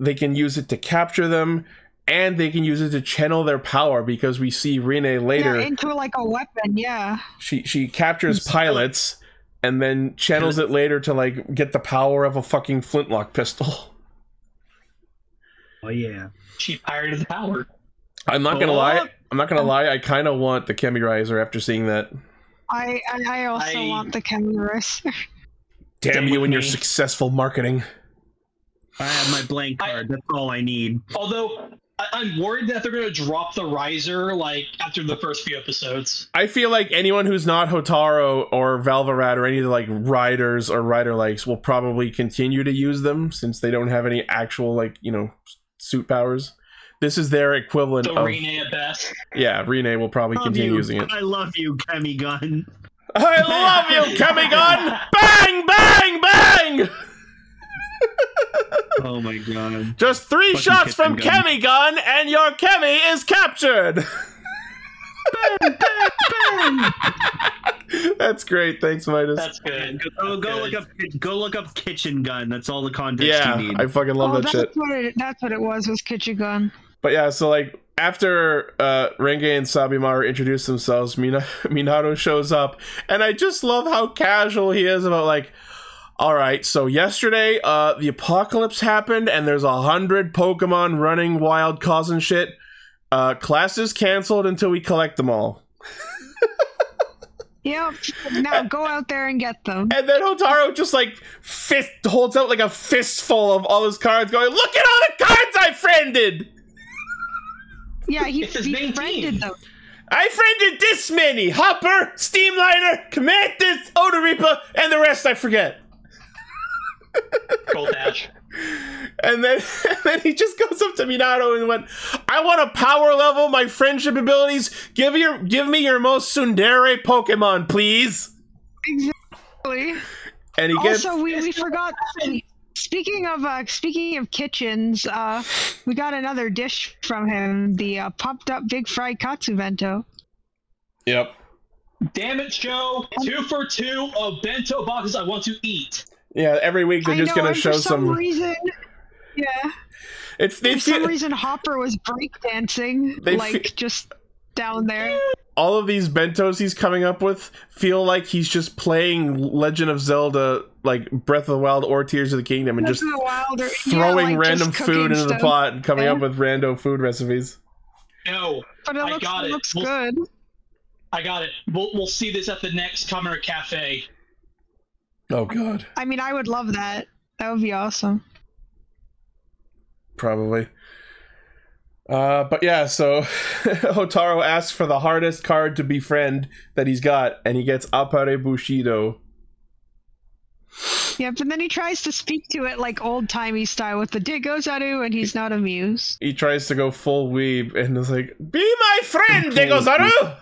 Speaker 2: They can use it to capture them, and they can use it to channel their power because we see Rene later.
Speaker 4: Yeah, into like a weapon, yeah.
Speaker 2: she she captures pilots and then channels it later to like get the power of a fucking flintlock pistol. (laughs)
Speaker 3: Oh yeah.
Speaker 1: She pirated the power.
Speaker 2: I'm not gonna
Speaker 3: Oh.
Speaker 2: lie. I'm not gonna lie. I kind of want the Chemi Riser after seeing that.
Speaker 4: I I, I also
Speaker 1: I-
Speaker 4: want the cameras. (laughs)
Speaker 2: Damn
Speaker 1: Same
Speaker 2: you
Speaker 1: with
Speaker 2: and your
Speaker 1: me.
Speaker 2: successful marketing.
Speaker 3: I have my blank
Speaker 1: I-
Speaker 3: card. That's all I need.
Speaker 1: Although I- I'm worried that they're going to drop the riser like after the first few episodes.
Speaker 2: I feel like anyone who's not Hotaro or Valvarat or any of the like riders or rider likes will probably continue to use them since they don't have any actual like you know suit powers. This is their equivalent
Speaker 1: The
Speaker 2: of
Speaker 1: Rene at best.
Speaker 2: yeah. Rene will probably
Speaker 3: Love
Speaker 2: continue
Speaker 3: you.
Speaker 2: using it.
Speaker 3: I love you,
Speaker 2: (laughs)
Speaker 3: Kemi Gun.
Speaker 2: I love you, Kamigun! Bang, bang, bang!
Speaker 3: Oh my god.
Speaker 2: Just three
Speaker 3: Fucking
Speaker 2: shots from
Speaker 3: kissing gun.
Speaker 2: Kamigun, and your Kemi is captured. (laughs) That's great. Thanks, Midas.
Speaker 1: That's good.
Speaker 3: Oh, go
Speaker 1: Good.
Speaker 3: look up go look up kitchen gun. That's all the context you
Speaker 2: yeah,
Speaker 3: need.
Speaker 2: I fucking love
Speaker 4: oh,
Speaker 2: that
Speaker 4: that's
Speaker 2: shit.
Speaker 4: what it, that's what it was was Kichigun.
Speaker 2: But yeah, so like after uh Renge and Sabimaru introduce themselves, Mina- (laughs) Minato shows up, and I just love how casual he is about like, all right, so yesterday uh the apocalypse happened, and there's a hundred Pokemon running wild, causing shit. Uh, classes canceled until we collect them all.
Speaker 4: Yep. Now go out there and get
Speaker 1: (laughs)
Speaker 4: them.
Speaker 2: And then Hotaro just like fist holds out like a fistful of all his cards, going, "Look at all the cards I friended!
Speaker 4: Yeah, he
Speaker 1: It's his main team.
Speaker 4: befriended them.
Speaker 2: I friended this many: Hopper, Steamliner, Commandus, Odoripa, and the rest I forget."
Speaker 1: Gold dash.
Speaker 2: And then, (laughs) and then he just goes up to Minato and went, "I want to power level my friendship abilities. Give your, give me your most tsundere Pokemon, please."
Speaker 4: Exactly.
Speaker 2: And he gets
Speaker 4: Also, we, we forgot. Speaking of uh, speaking of kitchens, uh, we got another dish from him: the uh, popped up big fry katsu bento.
Speaker 2: yep,
Speaker 1: Damn it, Joe! Two for two of bento boxes I want to eat.
Speaker 2: yeah. Every week they're
Speaker 4: I
Speaker 2: just
Speaker 4: know,
Speaker 2: gonna
Speaker 4: and
Speaker 2: show
Speaker 4: for some,
Speaker 2: some.
Speaker 4: reason. Yeah,
Speaker 2: it's they
Speaker 4: for some
Speaker 2: feel-
Speaker 4: reason Hopper was breakdancing,
Speaker 2: They
Speaker 4: like
Speaker 2: fe-
Speaker 4: just down there.
Speaker 2: all of these bentos he's coming up with feel like he's just playing Legend of Zelda, like Breath of the Wild or Tears of the Kingdom, and just
Speaker 4: Breath of the Wild or- yeah,
Speaker 2: throwing
Speaker 4: like, just
Speaker 2: random
Speaker 4: cooking
Speaker 2: food into the
Speaker 4: stuff.
Speaker 2: pot and coming
Speaker 4: Yeah.
Speaker 2: up with rando food recipes.
Speaker 1: No,
Speaker 4: But it
Speaker 1: I
Speaker 4: looks,
Speaker 1: got
Speaker 4: it
Speaker 1: it.
Speaker 4: looks
Speaker 1: We'll-
Speaker 4: good.
Speaker 1: I got it. We'll, we'll see this at the next Kamara Cafe.
Speaker 2: Oh god,
Speaker 4: I mean, I would love that. That would be awesome.
Speaker 2: probably. Uh, but yeah, so (laughs) Hotaro asks for the hardest card to befriend that he's got, and he gets Apare Bushido.
Speaker 4: Yeah, but then he tries to speak to it like old timey style with the Digozadu, and he's not amused.
Speaker 2: He tries to go full weeb and is like, "Be my friend, Degozaru."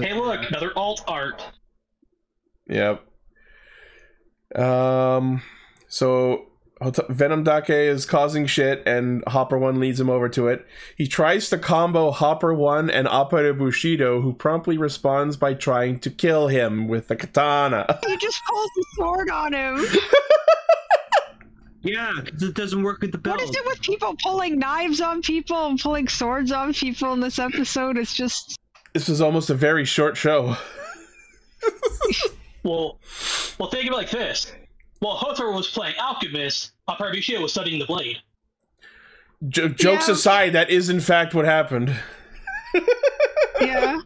Speaker 1: Hey, look, another alt art.
Speaker 2: Yep. Um. So Hot- Venom Dake is causing shit, and Hopper One leads him over to it. He tries to combo Hopper One and Opera Bushido, who promptly responds by trying to kill him with the katana. (laughs)
Speaker 4: He just pulls the sword on him.
Speaker 3: Yeah, 'cause it doesn't work with the belt.
Speaker 4: What is it with people pulling knives on people and pulling swords on people in this episode? It's just
Speaker 2: this was almost a very short show.
Speaker 1: Well, well, think of it like this. While Hotaro was playing alchemist, Aparabishia was studying the blade.
Speaker 2: Jo- jokes
Speaker 4: Yeah.
Speaker 2: aside, that is in fact what happened.
Speaker 4: yeah.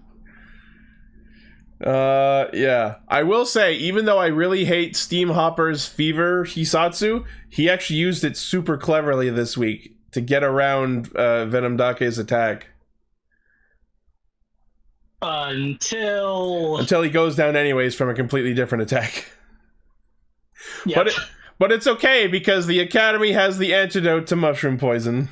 Speaker 2: Uh, yeah. I will say, even though I really hate Steam Hopper's Fever Hisatsu, he actually used it super cleverly this week to get around uh, Venom Dake's attack
Speaker 1: Until
Speaker 2: until he goes down anyways from a completely different attack. (laughs)
Speaker 1: yeah,
Speaker 2: But it, but it's okay because the Academy has the antidote to mushroom poison.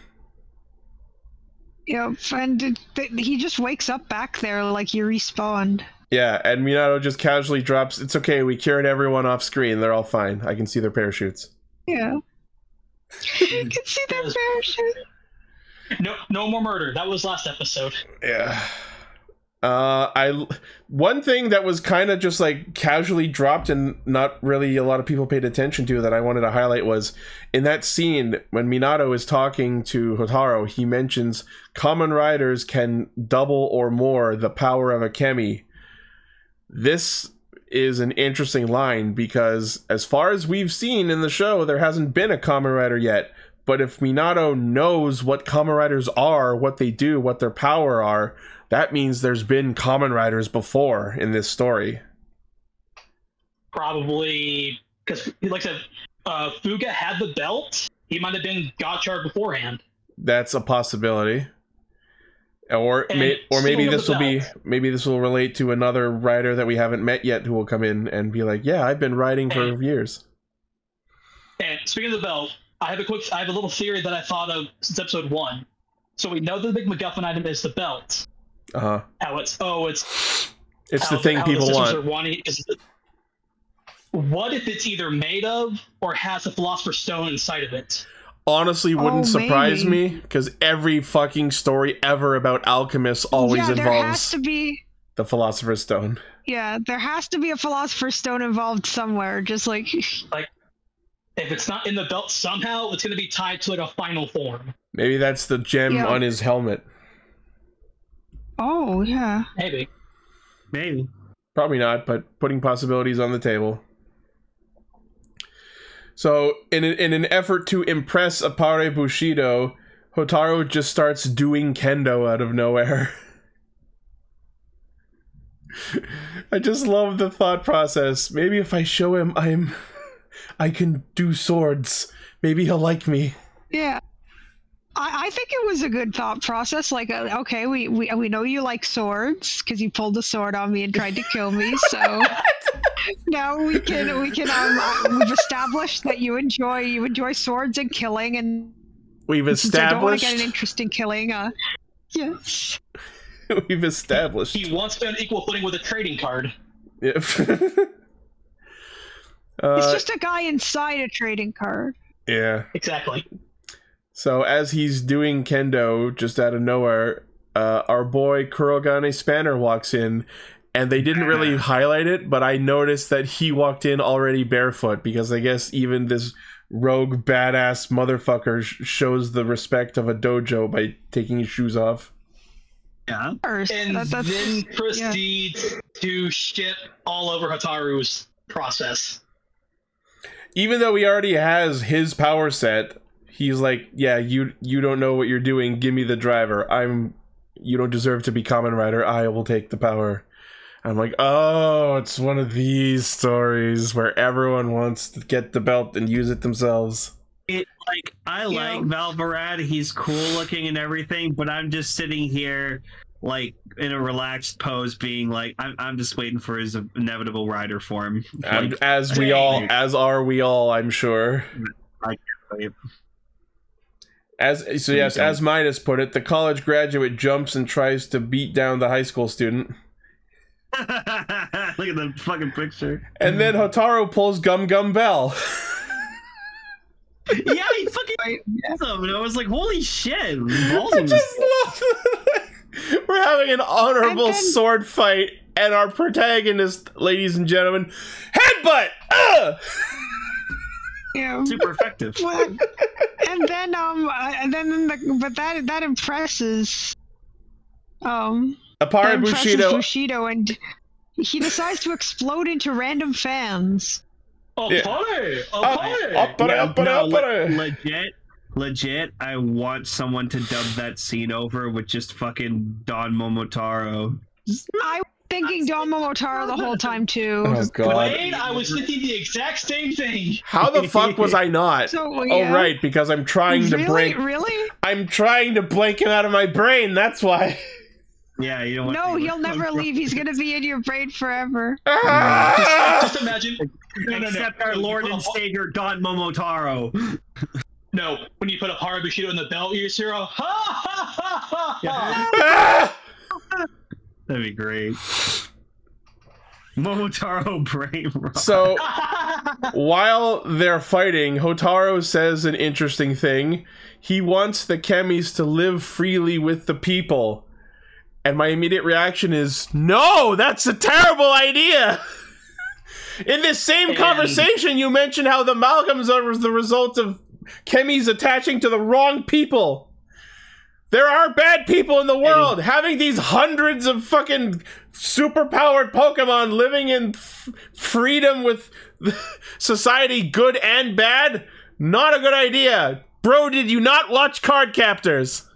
Speaker 4: Yep, and it- th- he just wakes up back there like he respawned.
Speaker 2: Yeah, and Minato just casually drops, "It's okay, we cured everyone off screen. They're all fine. I can see their parachutes."
Speaker 4: Yeah. you can see their parachute.
Speaker 1: no, no more murder. That was last episode.
Speaker 2: Yeah. Uh, I one thing that was kind of just like casually dropped and not really a lot of people paid attention to that I wanted to highlight was in that scene when Minato is talking to Hotaro, he mentions common riders can double or more the power of a kemi. This is an interesting line because as far as we've seen in the show, there hasn't been a common rider yet. But if Minato knows what common riders are, what they do, what their power are, that means there's been common riders before in this story.
Speaker 1: Probably because, like I said, uh, Fuga had the belt. He might have been Gotchard beforehand.
Speaker 2: That's a possibility. Or
Speaker 1: And
Speaker 2: may, or maybe
Speaker 1: Signal
Speaker 2: this will
Speaker 1: of the
Speaker 2: be maybe this will relate to another writer that we haven't met yet who will come in and be like, "Yeah, I've been writing for years."
Speaker 1: And speaking of the belt, I have a quick, I have a little theory that I thought of since episode one. So we know the big MacGuffin item is the belt.
Speaker 2: Uh huh.
Speaker 1: How it's oh, it's
Speaker 2: It's
Speaker 1: how-
Speaker 2: the thing
Speaker 1: how
Speaker 2: people
Speaker 1: systems Are
Speaker 2: want.
Speaker 1: wanting is what if it's either made of or has a philosopher's stone inside of it?
Speaker 2: Honestly, wouldn't
Speaker 4: Oh,
Speaker 2: surprise
Speaker 4: maybe.
Speaker 2: me because every fucking story ever about alchemists always
Speaker 4: yeah, there has
Speaker 2: involves
Speaker 4: to be.
Speaker 2: the philosopher's stone.
Speaker 4: Yeah, there has to be a philosopher's stone involved somewhere. Just like
Speaker 1: If it's not in the belt somehow, it's going to be tied to like a final form.
Speaker 2: Maybe that's the gem
Speaker 4: Yeah.
Speaker 2: on his helmet.
Speaker 4: Oh yeah.
Speaker 1: Maybe.
Speaker 3: Maybe.
Speaker 2: Probably not, but putting possibilities on the table. So, in an, in an effort to impress Apare Bushido, Hotaru just starts doing kendo out of nowhere. (laughs) I just love the thought process. Maybe if I show him I'm I can do swords, maybe he'll like me.
Speaker 4: Yeah. I, I think it was a good thought process. Like, uh, okay, we, we we know you like swords because you pulled a sword on me and tried to kill me.
Speaker 1: (laughs)
Speaker 4: So now we can we can um, uh, we've established that you enjoy you enjoy swords and killing, and
Speaker 2: We've
Speaker 4: since I don't want
Speaker 2: established
Speaker 4: to get an interest in killing. Uh, yes.
Speaker 2: (laughs) we've established
Speaker 1: He wants to be on equal footing with a trading card.
Speaker 2: Yep. (laughs)
Speaker 4: It's
Speaker 2: Uh,
Speaker 4: just a guy inside a trading card.
Speaker 2: yeah.
Speaker 1: Exactly.
Speaker 2: So as he's doing kendo just out of nowhere, uh, our boy Kurogane Spanner walks in, and they didn't really highlight it, but I noticed that he walked in already barefoot because I guess even this rogue badass motherfucker sh- shows the respect of a dojo by taking his shoes off.
Speaker 3: Yeah.
Speaker 4: Or
Speaker 1: And
Speaker 4: that- that's-
Speaker 1: then proceeds to shit all over Hataru's process.
Speaker 2: even though he already has his power set, he's like, "Yeah, you you don't know what you're doing. Give me the driver. I'm you don't deserve to be common rider. I will take the power." I'm like, "Oh, it's one of these stories where everyone wants to get the belt and use it themselves."
Speaker 3: It, like I
Speaker 4: Yeah.
Speaker 3: like Valverad. He's cool looking and everything, but I'm just sitting here like in a relaxed pose, being like, I'm, I'm just waiting for his inevitable rider form.
Speaker 2: And
Speaker 3: Like,
Speaker 2: as we all as are we all, I'm sure. As so yes, as Midas put it, the college graduate jumps and tries to beat down the high school student.
Speaker 3: (laughs) Look at the fucking
Speaker 4: (laughs)
Speaker 3: picture.
Speaker 2: And then
Speaker 4: Mm.
Speaker 2: Hotaru pulls Gum Gum Bell. (laughs)
Speaker 3: yeah, he fucking
Speaker 4: Right,
Speaker 3: hits him, and I was like, holy
Speaker 4: (laughs)
Speaker 3: shit! Balls
Speaker 2: I
Speaker 4: Mm.
Speaker 3: in
Speaker 2: just love We're having an honorable
Speaker 4: And then-
Speaker 2: sword fight, and our protagonist, ladies and gentlemen, headbutt. Ugh!
Speaker 4: yeah.
Speaker 3: this. super
Speaker 4: (laughs)
Speaker 3: effective.
Speaker 4: Well, and then um uh, and then the, but that that impresses um that
Speaker 2: Apara
Speaker 4: impresses
Speaker 2: Bushido.
Speaker 4: Bushido and he decides to explode into random fans.
Speaker 1: Oh,
Speaker 2: Yeah.
Speaker 1: party! Oh,
Speaker 2: Up-
Speaker 1: party!
Speaker 2: up- but-
Speaker 3: Yeah,
Speaker 2: but-
Speaker 3: no,
Speaker 2: but-
Speaker 3: le- legit, legit. I want someone to dub that scene over with just fucking Don Momotaro.
Speaker 4: I was thinking Don Momotaro the whole time too.
Speaker 2: Oh God!
Speaker 1: Wayne, I was thinking the exact same thing.
Speaker 2: How the fuck was I not?
Speaker 4: (laughs) So yeah.
Speaker 2: Oh right, because I'm trying to
Speaker 4: Really?
Speaker 2: break.
Speaker 4: Really?
Speaker 2: I'm trying to blank him out of my brain. That's
Speaker 4: (laughs)
Speaker 2: why.
Speaker 3: Yeah, you know what?
Speaker 4: No, he'll never leave. He's gonna be in your brain forever.
Speaker 2: Ah!
Speaker 1: Just imagine. No, no, no.
Speaker 3: Except our
Speaker 1: When you
Speaker 3: Lord
Speaker 1: put
Speaker 3: and
Speaker 1: a-
Speaker 3: Savior Don Momotaro. (gasps)
Speaker 1: No, when you put a Hara Bushido in the belt, you just hear a ha ha ha ha. ha.
Speaker 2: (laughs) Ah!
Speaker 3: That'd be great. Momotaro (laughs) brain rot.
Speaker 2: So while they're fighting, Hotaru says an interesting thing. He wants the Kemis to live freely with the people. And my immediate reaction is, no, that's a terrible idea. (laughs) In this same conversation, you mentioned how the amalgams are the result of Kemis attaching to the wrong people. There are bad people in the world. Having these hundreds of fucking superpowered Pokemon living in f- freedom with (laughs) society, good and bad, not a good idea. Bro, did you not watch Card Captors?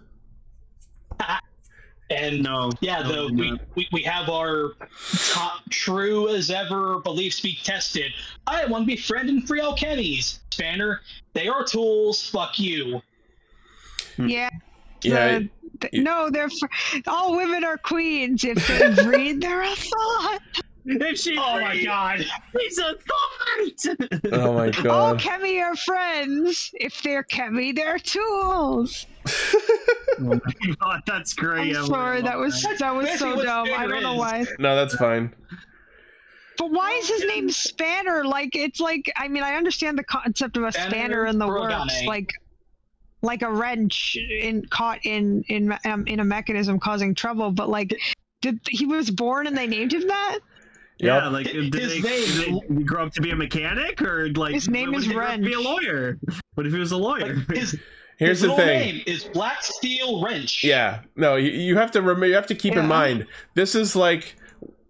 Speaker 1: And
Speaker 3: No.
Speaker 1: yeah,
Speaker 3: no,
Speaker 1: the,
Speaker 3: no.
Speaker 1: we, we we have our top true as ever beliefs be tested. I want to be friend and free alchemies. Spanner, they are tools. Fuck you.
Speaker 4: Yeah.
Speaker 2: Hmm. Yeah,
Speaker 4: the- the-
Speaker 2: y-
Speaker 4: no, they're fr- all women are queens. If
Speaker 2: (laughs)
Speaker 4: they breed, they're a thought.
Speaker 3: If she
Speaker 1: Oh my god.
Speaker 3: she's a thought.
Speaker 2: oh my
Speaker 4: All
Speaker 2: god.
Speaker 4: chemi are friends. If they're chemi, they're tools.
Speaker 3: Oh God, that's
Speaker 4: I'm
Speaker 1: Oh,
Speaker 3: great. I really
Speaker 4: sorry,
Speaker 3: love
Speaker 4: that was that was
Speaker 1: Basically
Speaker 4: so
Speaker 1: what
Speaker 4: dumb. I
Speaker 1: Spanner
Speaker 4: don't know
Speaker 1: is.
Speaker 4: why.
Speaker 2: No, that's fine.
Speaker 4: But why is his
Speaker 1: (laughs)
Speaker 4: name Spanner? Like it's like I mean I understand the concept of a
Speaker 1: Spanner
Speaker 4: spanner in the
Speaker 1: Brogane.
Speaker 4: works, like like a wrench in caught in in me- um, in a mechanism causing trouble. But like, did he was born and they named him that?
Speaker 2: Yep.
Speaker 3: Yeah, like did
Speaker 1: His
Speaker 3: they,
Speaker 1: name-
Speaker 3: did they grow up to be a mechanic or like
Speaker 4: His name
Speaker 3: what
Speaker 4: is
Speaker 3: if he grew up to Be a
Speaker 4: Wrench.
Speaker 3: lawyer. What if he was a lawyer?
Speaker 1: His,
Speaker 2: (laughs) Here's
Speaker 1: his
Speaker 2: the
Speaker 1: little
Speaker 2: thing.
Speaker 1: name is Black Steel Wrench.
Speaker 2: Yeah. No, you, you have to remember. You have to keep in
Speaker 4: Yeah.
Speaker 2: mind. This is like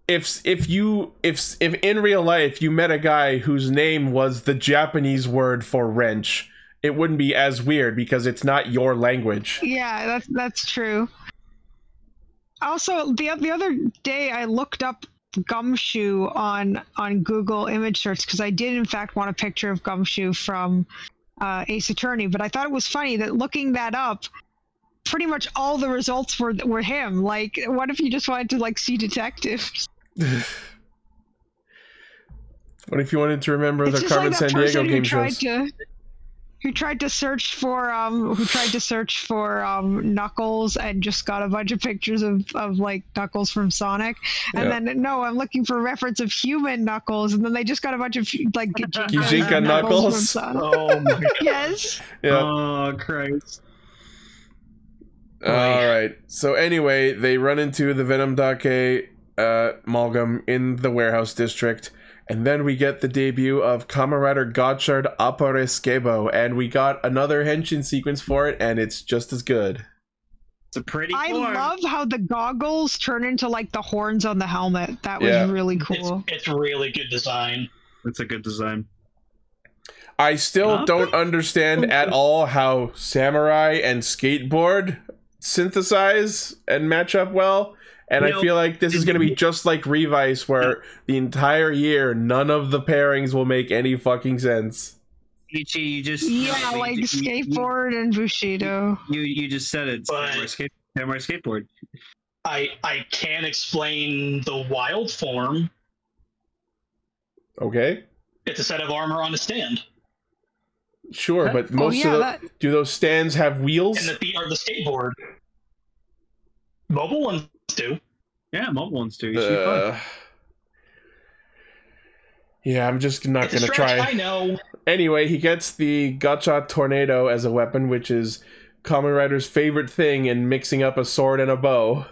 Speaker 2: if if you if if in real life you met a guy whose name was the Japanese word for wrench, it wouldn't be as weird because it's not your language.
Speaker 4: Yeah, that's that's true. Also, the the other day I looked up gumshoe on on Google image search because I did in fact want a picture of gumshoe from uh, Ace Attorney, but I thought it was funny that looking that up, pretty much all the results were were him. Like, what if you just wanted to like see detectives?
Speaker 2: What if you wanted to remember
Speaker 4: It's
Speaker 2: the
Speaker 4: just
Speaker 2: Carmen
Speaker 4: like
Speaker 2: San
Speaker 4: that
Speaker 2: Diego
Speaker 4: person who
Speaker 2: game
Speaker 4: tried
Speaker 2: shows?
Speaker 4: to who tried to search for um who tried to search for um Knuckles and just got a bunch of pictures of of like Knuckles from Sonic, and
Speaker 2: Yeah.
Speaker 4: then no, I'm looking for reference of human Knuckles, and then they just got a bunch of like Gijinka,
Speaker 2: Gijinka
Speaker 4: from
Speaker 2: Knuckles?
Speaker 3: (laughs)
Speaker 4: Sonic.
Speaker 3: oh (laughs) my
Speaker 4: Yes.
Speaker 2: Yeah.
Speaker 3: Oh Christ.
Speaker 2: All right. So anyway, they run into the Venom Dake uh, Malgum in the warehouse district, and then we get the debut of Camarader Gotchard Apareskebo, and we got another henshin sequence for it, and it's just as good.
Speaker 3: It's a pretty
Speaker 4: I
Speaker 3: form.
Speaker 4: love how the goggles turn into like the horns on the helmet. That was
Speaker 2: Yeah.
Speaker 4: really
Speaker 1: It's,
Speaker 4: cool.
Speaker 1: it's really good design.
Speaker 3: That's a good design.
Speaker 2: I still
Speaker 3: Huh?
Speaker 2: don't understand at all how samurai and skateboard synthesize and match up well. And
Speaker 3: You
Speaker 2: I
Speaker 3: know,
Speaker 2: feel like this is going to be just like Revice, where the entire year none of the pairings will make any fucking sense.
Speaker 3: Ichi, you just
Speaker 4: Yeah,
Speaker 3: you-
Speaker 4: like
Speaker 3: you-
Speaker 4: skateboard and bushido.
Speaker 3: You, you just said it.
Speaker 1: But-
Speaker 3: Samurai, skate, samurai skateboard.
Speaker 1: I I can't explain the wild form.
Speaker 2: Okay,
Speaker 1: It's a set of armor on a stand,
Speaker 2: sure, but most
Speaker 4: oh yeah,
Speaker 2: of the,
Speaker 4: that,
Speaker 2: do those stands have wheels?
Speaker 1: and the feet are the skateboard. Mobile ones do.
Speaker 3: Yeah, mobile ones too.
Speaker 2: Uh, yeah, I'm just not
Speaker 1: It's a
Speaker 2: going to
Speaker 1: stretch,
Speaker 2: try.
Speaker 1: I know.
Speaker 2: Anyway, he gets the Gotcha Tornado as a weapon, which is Common Rider's favorite thing in mixing up a sword and a bow.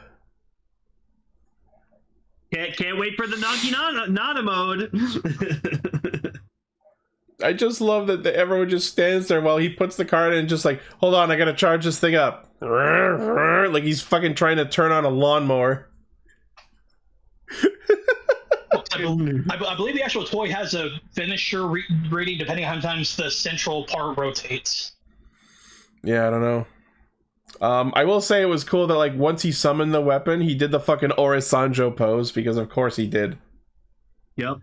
Speaker 3: Can't, can't wait for the Nagi Nana, Nana mode. (laughs)
Speaker 2: I just love that the, everyone just stands there while he puts the card in, and just like, hold on, I gotta charge this thing up. (laughs) Like he's fucking trying to turn on a lawnmower.
Speaker 1: I, be- I be- I believe the actual toy has a finisher re- rating depending on how many times the central part rotates.
Speaker 2: Yeah, I don't know. Um, I will say it was cool that like once he summoned the weapon, he did the fucking Orisanjo pose because of course he did.
Speaker 3: yep.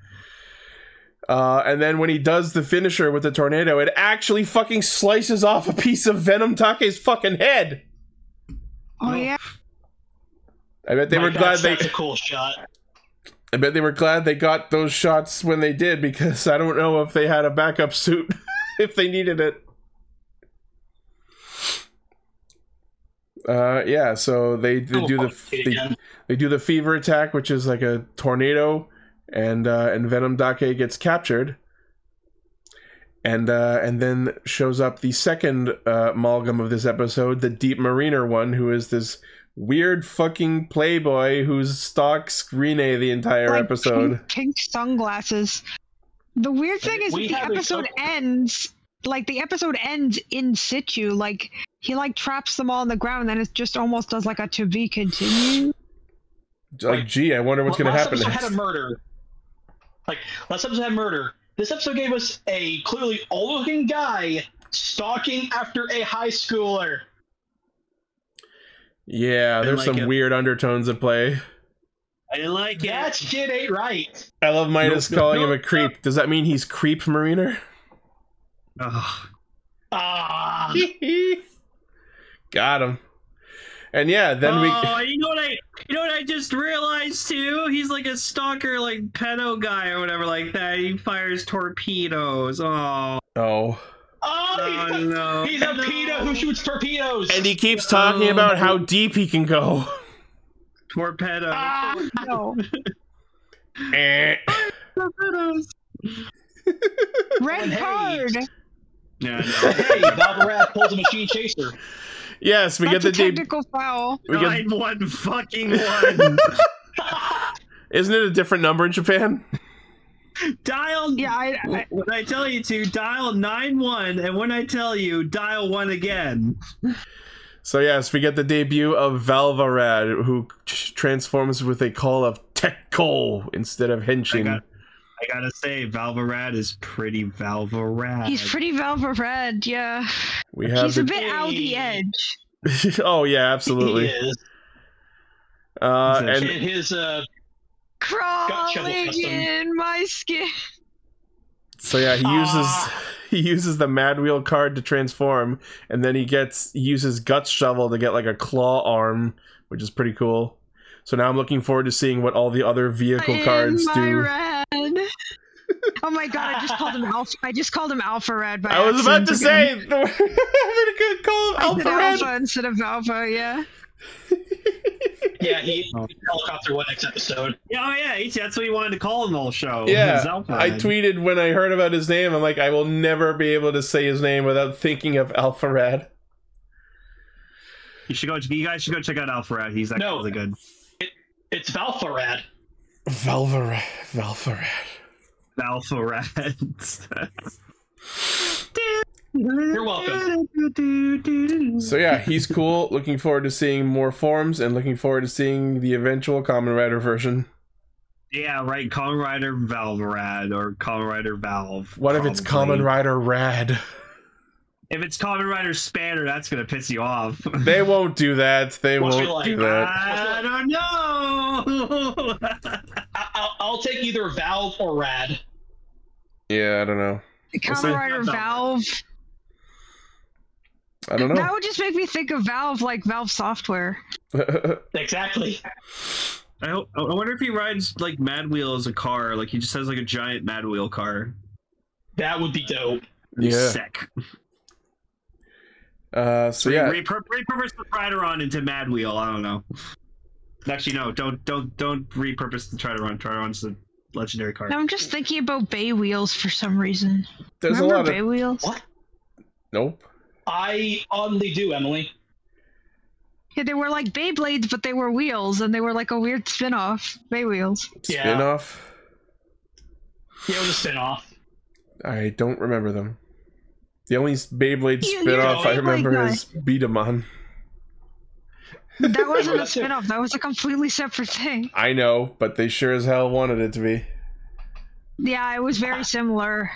Speaker 2: Uh, and then when he does the finisher with the tornado, it actually fucking slices off a piece of Venom Take's fucking head.
Speaker 4: oh yeah,
Speaker 2: I bet they
Speaker 1: Like,
Speaker 2: were glad
Speaker 1: that's,
Speaker 2: they.
Speaker 1: That's a cool shot.
Speaker 2: I bet they were glad they got those shots when they did because I don't know if they had a backup suit (laughs) if they needed it. Uh, yeah, so they, they
Speaker 1: Oh,
Speaker 2: do the
Speaker 1: fuck,
Speaker 2: they,
Speaker 1: it again.
Speaker 2: they do the fever attack, which is like a tornado, and uh, and Venom Dake gets captured, and uh, and then shows up the second uh, amalgam of this episode, the Deep Mariner one, who is this weird fucking playboy who's stalks Rene the entire
Speaker 4: like
Speaker 2: episode.
Speaker 4: Pink, pink sunglasses. The weird thing is
Speaker 1: We
Speaker 4: that the
Speaker 1: have a
Speaker 4: episode
Speaker 1: couple-
Speaker 4: ends like the episode ends in situ. Like he like traps them all on the ground, and then it just almost does like a to
Speaker 1: (laughs)
Speaker 4: be continued.
Speaker 2: Like, gee, I wonder (laughs) what's
Speaker 1: Well,
Speaker 2: gonna
Speaker 1: last
Speaker 2: happen
Speaker 1: episode
Speaker 2: next.
Speaker 1: had a murder. Like last episode had murder. This episode gave us a clearly old-looking guy stalking after a high schooler.
Speaker 2: yeah,
Speaker 3: And
Speaker 2: there's
Speaker 3: like
Speaker 2: some
Speaker 3: a-
Speaker 2: weird undertones at play.
Speaker 3: I like
Speaker 1: That
Speaker 3: it.
Speaker 1: shit ain't right.
Speaker 2: I love Midas
Speaker 3: Nope, nope,
Speaker 2: calling him
Speaker 3: nope,
Speaker 2: a creep. Does that mean he's creep Mariner?
Speaker 3: Ugh.
Speaker 1: Ah,
Speaker 2: creep Got him. And yeah, then we.
Speaker 3: oh, you know what I? You know what I just realized too? He's like a stalker, like pedo guy or whatever, like that. He fires torpedoes.
Speaker 1: (laughs)
Speaker 3: Oh,
Speaker 2: Oh.
Speaker 1: Oh,
Speaker 3: oh
Speaker 1: he's,
Speaker 3: no!
Speaker 1: he's a pedo
Speaker 3: (laughs)
Speaker 1: who shoots torpedoes.
Speaker 2: And he keeps talking about how deep he can go.
Speaker 3: torpedo.
Speaker 1: Ah,
Speaker 4: No.
Speaker 2: (laughs) Eh.
Speaker 3: Torpedoes.
Speaker 4: Red
Speaker 1: hey.
Speaker 4: card.
Speaker 3: Yeah, no.
Speaker 1: hey, Bob Rat pulls a machine chaser.
Speaker 2: yes, we
Speaker 4: That's a
Speaker 2: get the deep.
Speaker 4: technical foul.
Speaker 2: We get,
Speaker 3: Nine one
Speaker 1: (laughs)
Speaker 3: fucking one.
Speaker 2: isn't it a different number in Japan?
Speaker 3: dial.
Speaker 4: Yeah, I, I,
Speaker 3: When I tell you to dial nine one, and when I tell you dial one again.
Speaker 2: So yes, we get the debut of Valvarad, who t- transforms with a call of Tekko instead of
Speaker 3: I
Speaker 2: Henshin.
Speaker 3: got- I gotta say, Valvarad is pretty Valvarad.
Speaker 4: he's pretty velvet red. Yeah,
Speaker 2: We have
Speaker 4: he's a
Speaker 2: the,
Speaker 4: bit out the edge.
Speaker 2: (laughs) oh yeah,
Speaker 3: (laughs)
Speaker 1: He
Speaker 2: absolutely.
Speaker 1: is.
Speaker 2: Uh,
Speaker 1: And
Speaker 2: and
Speaker 1: his uh, shovel
Speaker 4: Crawling
Speaker 1: custom.
Speaker 4: in my skin.
Speaker 2: so yeah, he
Speaker 4: Ah.
Speaker 2: uses (laughs) he uses the Mad Wheel card to transform, and then he gets he uses Guts Shovel to get like a claw arm, which is pretty cool. So now I'm looking forward to seeing what all the other vehicle cards
Speaker 4: in my
Speaker 2: do.
Speaker 4: red. Oh my god! I just called him Alpha. I just called him Alpha Red. By
Speaker 2: I was about to
Speaker 4: (laughs) accident.
Speaker 2: say, (laughs) I'm gonna call him
Speaker 4: I said
Speaker 2: Alpha Red.
Speaker 4: Alpha instead of Alpha. Yeah.
Speaker 1: yeah, he helicopter one next episode.
Speaker 3: Yeah, oh yeah, he- that's what he wanted to call him all show.
Speaker 2: Yeah,
Speaker 3: Valvarad.
Speaker 2: I tweeted when I heard about his name. I'm like, I will never be able to say his name without thinking of Alpharad.
Speaker 3: You should go. You guys should go check out Alpharad. He's actually
Speaker 1: No.
Speaker 3: really good.
Speaker 1: It's Valfarad.
Speaker 2: Valvarad, Valvarad.
Speaker 3: (laughs) Alpharad.
Speaker 1: You're welcome.
Speaker 2: So yeah, he's cool. looking forward to seeing more forms and looking forward to seeing the eventual Common Rider version.
Speaker 3: Yeah, right. Common Rider Valvarad or Common Rider Valve.
Speaker 2: What if it's
Speaker 3: probably.
Speaker 2: Common Rider Rad?
Speaker 3: If it's Common Rider Spanner, that's gonna piss you off.
Speaker 2: They won't do that. They
Speaker 1: Must be
Speaker 2: won't
Speaker 1: like,
Speaker 2: do that.
Speaker 3: I don't know.
Speaker 1: I- I'll-, I'll take either Valve or Rad.
Speaker 2: Yeah, I don't know.
Speaker 4: Common
Speaker 2: see.
Speaker 4: Rider Valve.
Speaker 2: I don't
Speaker 4: That would just make me think of Valve, like Valve Software.
Speaker 2: know. (laughs)
Speaker 1: Exactly.
Speaker 3: (laughs) I, hope, I wonder if he rides like Mad Wheel as a car. Like he just has like a giant Mad Wheel car.
Speaker 1: That would be dope.
Speaker 2: yeah.
Speaker 3: Sick.
Speaker 2: Uh, so yeah,
Speaker 3: Repur- repurpose the Trideron into Mad Wheel. I don't know. Actually, no. Don't don't don't repurpose the Trideron. Trideron's a legendary card.
Speaker 4: Now I'm just thinking about Bay Wheels for some reason.
Speaker 2: there's a
Speaker 4: Remember
Speaker 2: lot
Speaker 4: Bay
Speaker 2: of
Speaker 4: Wheels?
Speaker 1: What?
Speaker 2: nope.
Speaker 1: I oddly do, Emily.
Speaker 4: Yeah, they were like Beyblades, but they were wheels, and they were like a weird spin-off. Bay Wheels.
Speaker 1: Yeah.
Speaker 2: Spin off.
Speaker 1: Yeah, it was a spin-off.
Speaker 2: I don't remember them. The only s- Beyblade
Speaker 4: You-
Speaker 2: spin off
Speaker 1: you're
Speaker 2: I
Speaker 1: a Beyblade
Speaker 2: remember
Speaker 4: guy.
Speaker 2: is Beatemon.
Speaker 4: That wasn't
Speaker 1: (laughs)
Speaker 4: a
Speaker 1: That's it.
Speaker 4: spin-off. That was a completely separate thing.
Speaker 2: I know, but they sure as hell wanted it to be.
Speaker 4: Yeah, it was very similar.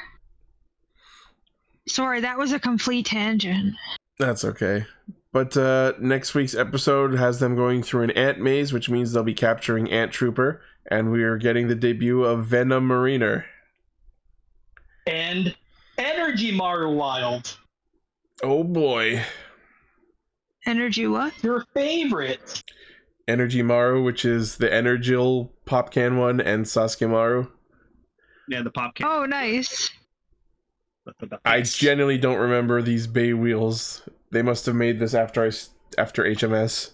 Speaker 4: Sorry, that was a complete tangent.
Speaker 2: That's okay. But uh, next week's episode has them going through an ant maze, which means they'll be capturing Ant Trooper, and we are getting the debut of Venom Mariner.
Speaker 1: And Energy Mario Wild,
Speaker 2: Oh boy.
Speaker 4: Energy what?
Speaker 1: your favorite.
Speaker 2: Energy Maru, which is the Energil Popcan one, and Sasuke Maru.
Speaker 3: Yeah, the pop can.
Speaker 4: Oh, nice.
Speaker 2: I genuinely don't remember these Bay Wheels. They must have made this after I s- after HMS.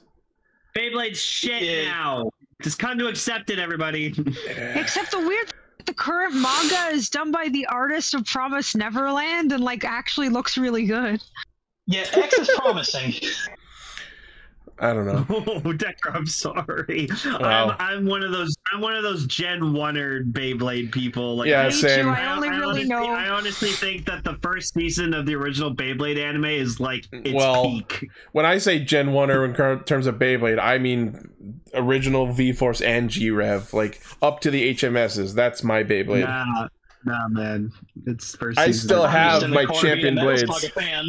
Speaker 3: Beyblade's shit
Speaker 1: Yeah.
Speaker 3: now. Just come to accept it, everybody. (laughs)
Speaker 4: Except the weird the current manga is done by the artist of Promise Neverland and like actually looks really good.
Speaker 1: Yeah, X is promising.
Speaker 2: I don't know.
Speaker 3: oh, Decker, I'm sorry.
Speaker 2: Wow.
Speaker 3: I'm, I'm one of those. I'm one of those Gen Oneer Beyblade people. Like,
Speaker 2: Yeah,
Speaker 4: I hate you,
Speaker 2: same.
Speaker 4: I only really
Speaker 3: honestly,
Speaker 4: know-
Speaker 3: I honestly think that the first season of the original Beyblade anime is like its
Speaker 2: Well,
Speaker 3: peak.
Speaker 2: When I say Gen 1 or in cur- terms of Beyblade, I mean original V Force and G Rev, like up to the HMSs. That's my Beyblade.
Speaker 3: Nah, nah, man. It's first.
Speaker 2: I
Speaker 3: season
Speaker 2: still
Speaker 3: of-
Speaker 2: have
Speaker 1: Just in the
Speaker 2: my
Speaker 1: corner
Speaker 2: champion
Speaker 1: being a
Speaker 2: blades.
Speaker 1: Metalslug fan.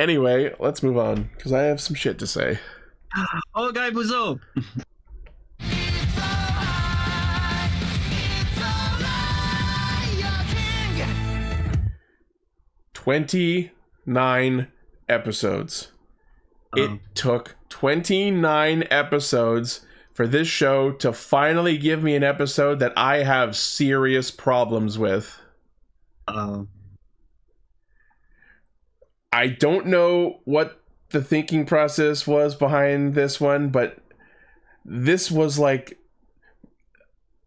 Speaker 2: Anyway, let's move on because I have some shit to say.
Speaker 3: Oh, guy Buzo.
Speaker 2: Twenty nine episodes.
Speaker 3: Um.
Speaker 2: It took 29 episodes for this show to finally give me an episode that I have serious problems with.
Speaker 3: Um,
Speaker 2: I don't know what the thinking process was behind this one, but this was like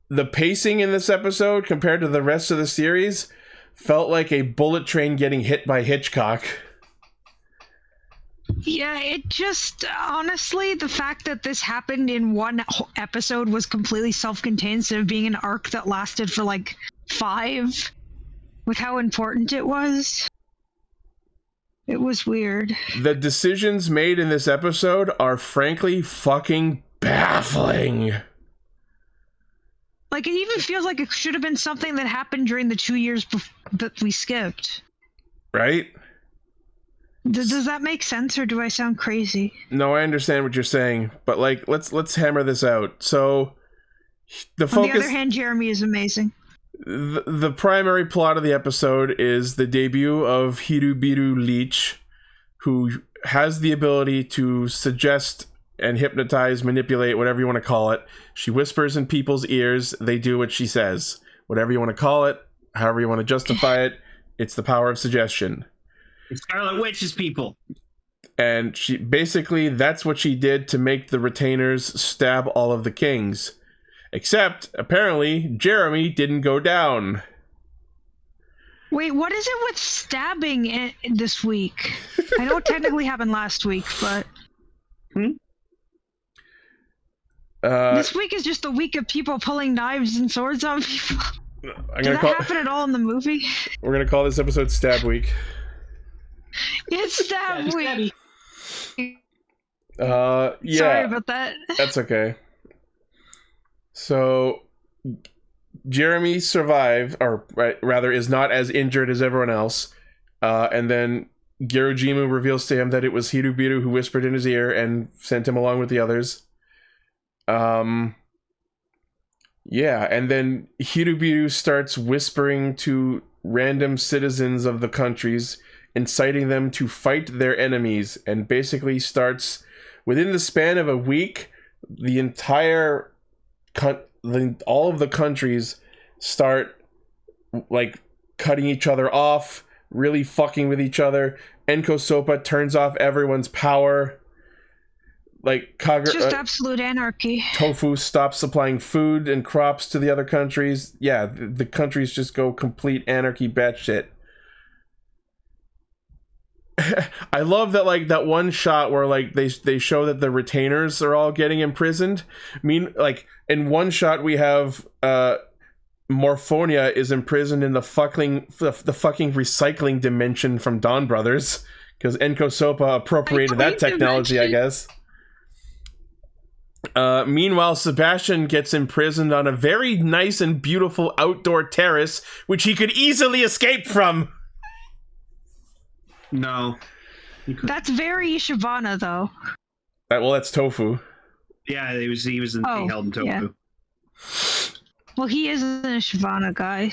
Speaker 2: the pacing in this episode compared to the rest of the series felt like a bullet train getting hit by Hitchcock.
Speaker 4: Yeah, it just honestly the fact that this happened in one h- episode was completely self-contained instead of being an arc that lasted for like five, with how important it was. It was weird.
Speaker 2: The decisions made in this episode are frankly fucking baffling.
Speaker 4: Like it even feels like it should have been something that happened during the two years bef- that we skipped.
Speaker 2: Right?
Speaker 4: Th- does that make sense, or do I sound crazy?
Speaker 2: No, I understand what you're saying, but like let's let's hammer this out. So the
Speaker 4: On the
Speaker 2: focus
Speaker 4: other hand, Jeremy is amazing.
Speaker 2: the the primary plot of the episode is the debut of Hirubiru Leech, who has the ability to suggest and hypnotize, manipulate, whatever you want to call it. She whispers in people's ears, they do what she says. Whatever you want to call it, however you want to justify it, it's the power of suggestion.
Speaker 3: Scarlet Witch's people.
Speaker 2: And she basically that's what she did to make the retainers stab all of the kings. Except apparently Jeremy didn't go down.
Speaker 4: Wait, what is it with stabbing i this week? I know it technically happened last week, but
Speaker 2: Uh,
Speaker 4: this week is just the week of people pulling knives and swords on people.
Speaker 2: I'm gonna
Speaker 4: Did that
Speaker 2: call.
Speaker 4: happen at all in the movie?
Speaker 2: We're gonna call this episode Stab Week.
Speaker 4: It's stab
Speaker 1: just
Speaker 4: week.
Speaker 1: stabby.
Speaker 2: Uh, yeah,
Speaker 4: Sorry about that.
Speaker 2: that's okay. So, Jeremy survived, or right, rather, is not as injured as everyone else. Uh, and then Girojimu reveals to him that it was Hirubiru who whispered in his ear and sent him along with the others. Um, yeah, and then Hirubiru starts whispering to random citizens of the countries, inciting them to fight their enemies, and basically starts within the span of a week, the entire, con- the, all of the countries start like cutting each other off, really fucking with each other. Enko Sopa turns off everyone's power. Like uh, Kagura,
Speaker 4: It's just absolute anarchy.
Speaker 2: tofu stops supplying food and crops to the other countries. Yeah, the, the countries just go complete anarchy batshit. (laughs) I love that like that one shot where like they they show that the retainers are all getting imprisoned. mean like in one shot we have uh Morphonia is imprisoned in the fucking the, the fucking recycling dimension from Dawn Brothers because Enko Sopa appropriated that
Speaker 4: Recycling
Speaker 2: technology, I
Speaker 4: dimension.
Speaker 2: guess. Uh, meanwhile, Sebastian gets imprisoned on a very nice and beautiful outdoor terrace, which he could easily escape from.
Speaker 3: No.
Speaker 4: That's very Ishibana, though.
Speaker 2: That, well, that's tofu.
Speaker 3: Yeah, he was he was in,
Speaker 4: Oh,
Speaker 3: he held in Tofu.
Speaker 4: yeah. Well, he is an Ishibana guy,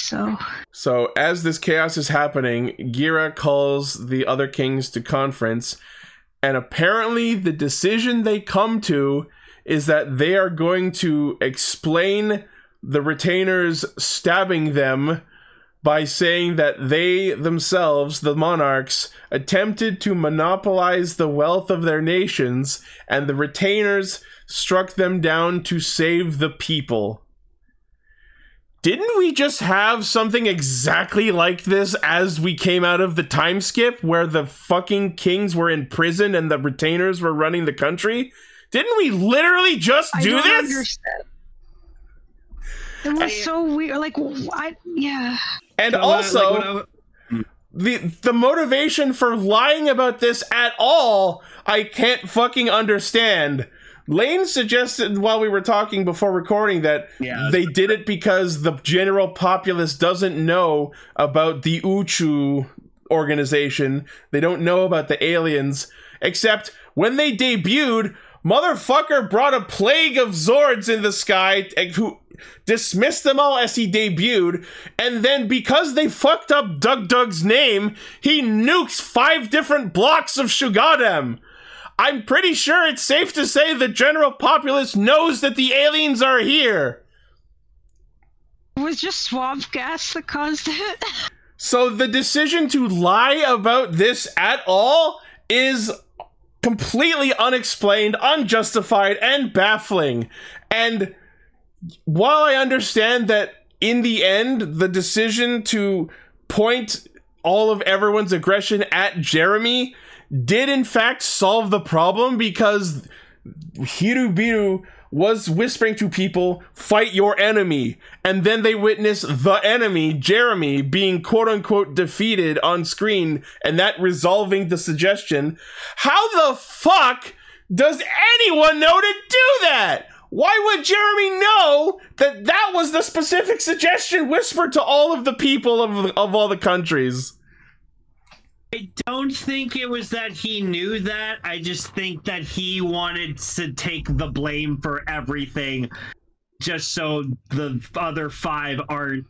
Speaker 4: so
Speaker 2: So, as this chaos is happening, Gira calls the other kings to conference, and apparently, the decision they come to is that they are going to explain the retainers stabbing them by saying that they themselves, the monarchs, attempted to monopolize the wealth of their nations, and the retainers struck them down to save the people. Didn't we just have something exactly like this as we came out of the time skip where the fucking kings were in prison and the retainers were running the country? Didn't we literally just
Speaker 4: I
Speaker 2: do
Speaker 4: don't
Speaker 2: this?
Speaker 4: understand. It was so weird. Like, I yeah.
Speaker 2: And
Speaker 3: But, uh, like,
Speaker 2: also,
Speaker 3: when I w-
Speaker 2: the the motivation for lying about this at all, I can't fucking understand. Lane suggested while we were talking before recording that
Speaker 3: Yeah.
Speaker 2: they did it because the general populace doesn't know about the Uchu organization. They don't know about the aliens, except when they debuted, Motherfucker brought a plague of Zords in the sky and who dismissed them all as he debuted, and then because they fucked up Doug Doug's name, he nukes five different blocks of Shugadem. I'm pretty sure it's safe to say the general populace knows that the aliens are here.
Speaker 4: was just swamp gas that caused (laughs) it.
Speaker 2: So the decision to lie about this at all is completely unexplained, unjustified, and baffling. And while I understand that in the end, the decision to point all of everyone's aggression at Jeremy did in fact solve the problem because Hirubiru was whispering to people, fight your enemy. And then they witness the enemy, Jeremy, being quote unquote defeated on screen and that resolving the suggestion. How the fuck does anyone know to do that? Why would Jeremy know that that was the specific suggestion whispered to all of the people of, of all the countries?
Speaker 3: I don't think it was that he knew that. I just think that he wanted to take the blame for everything just so the other five aren't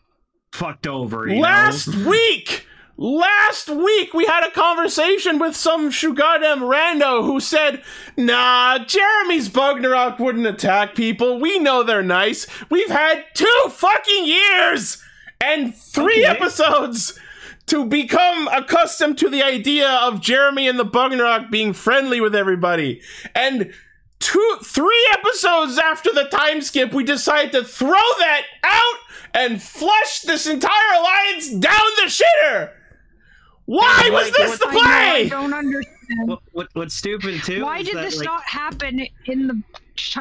Speaker 3: fucked over. You
Speaker 2: Last
Speaker 3: know?
Speaker 2: week, last week we had a conversation with some Shugadem rando who said, "Nah, Jeremy's Bugnarok wouldn't attack people. We know they're nice. We've had two fucking years and three
Speaker 3: Okay.
Speaker 2: episodes." To become accustomed to the idea of Jeremy and the Bugnarok being friendly with everybody. And two three episodes after the time skip we decide to throw that out and flush this entire alliance down the shitter why was
Speaker 3: like,
Speaker 2: this the
Speaker 4: I, know, I
Speaker 2: play
Speaker 4: don't understand.
Speaker 3: What, what, what's stupid too?
Speaker 4: Why
Speaker 3: is
Speaker 4: did
Speaker 3: that,
Speaker 4: this
Speaker 3: like,
Speaker 4: not happen in the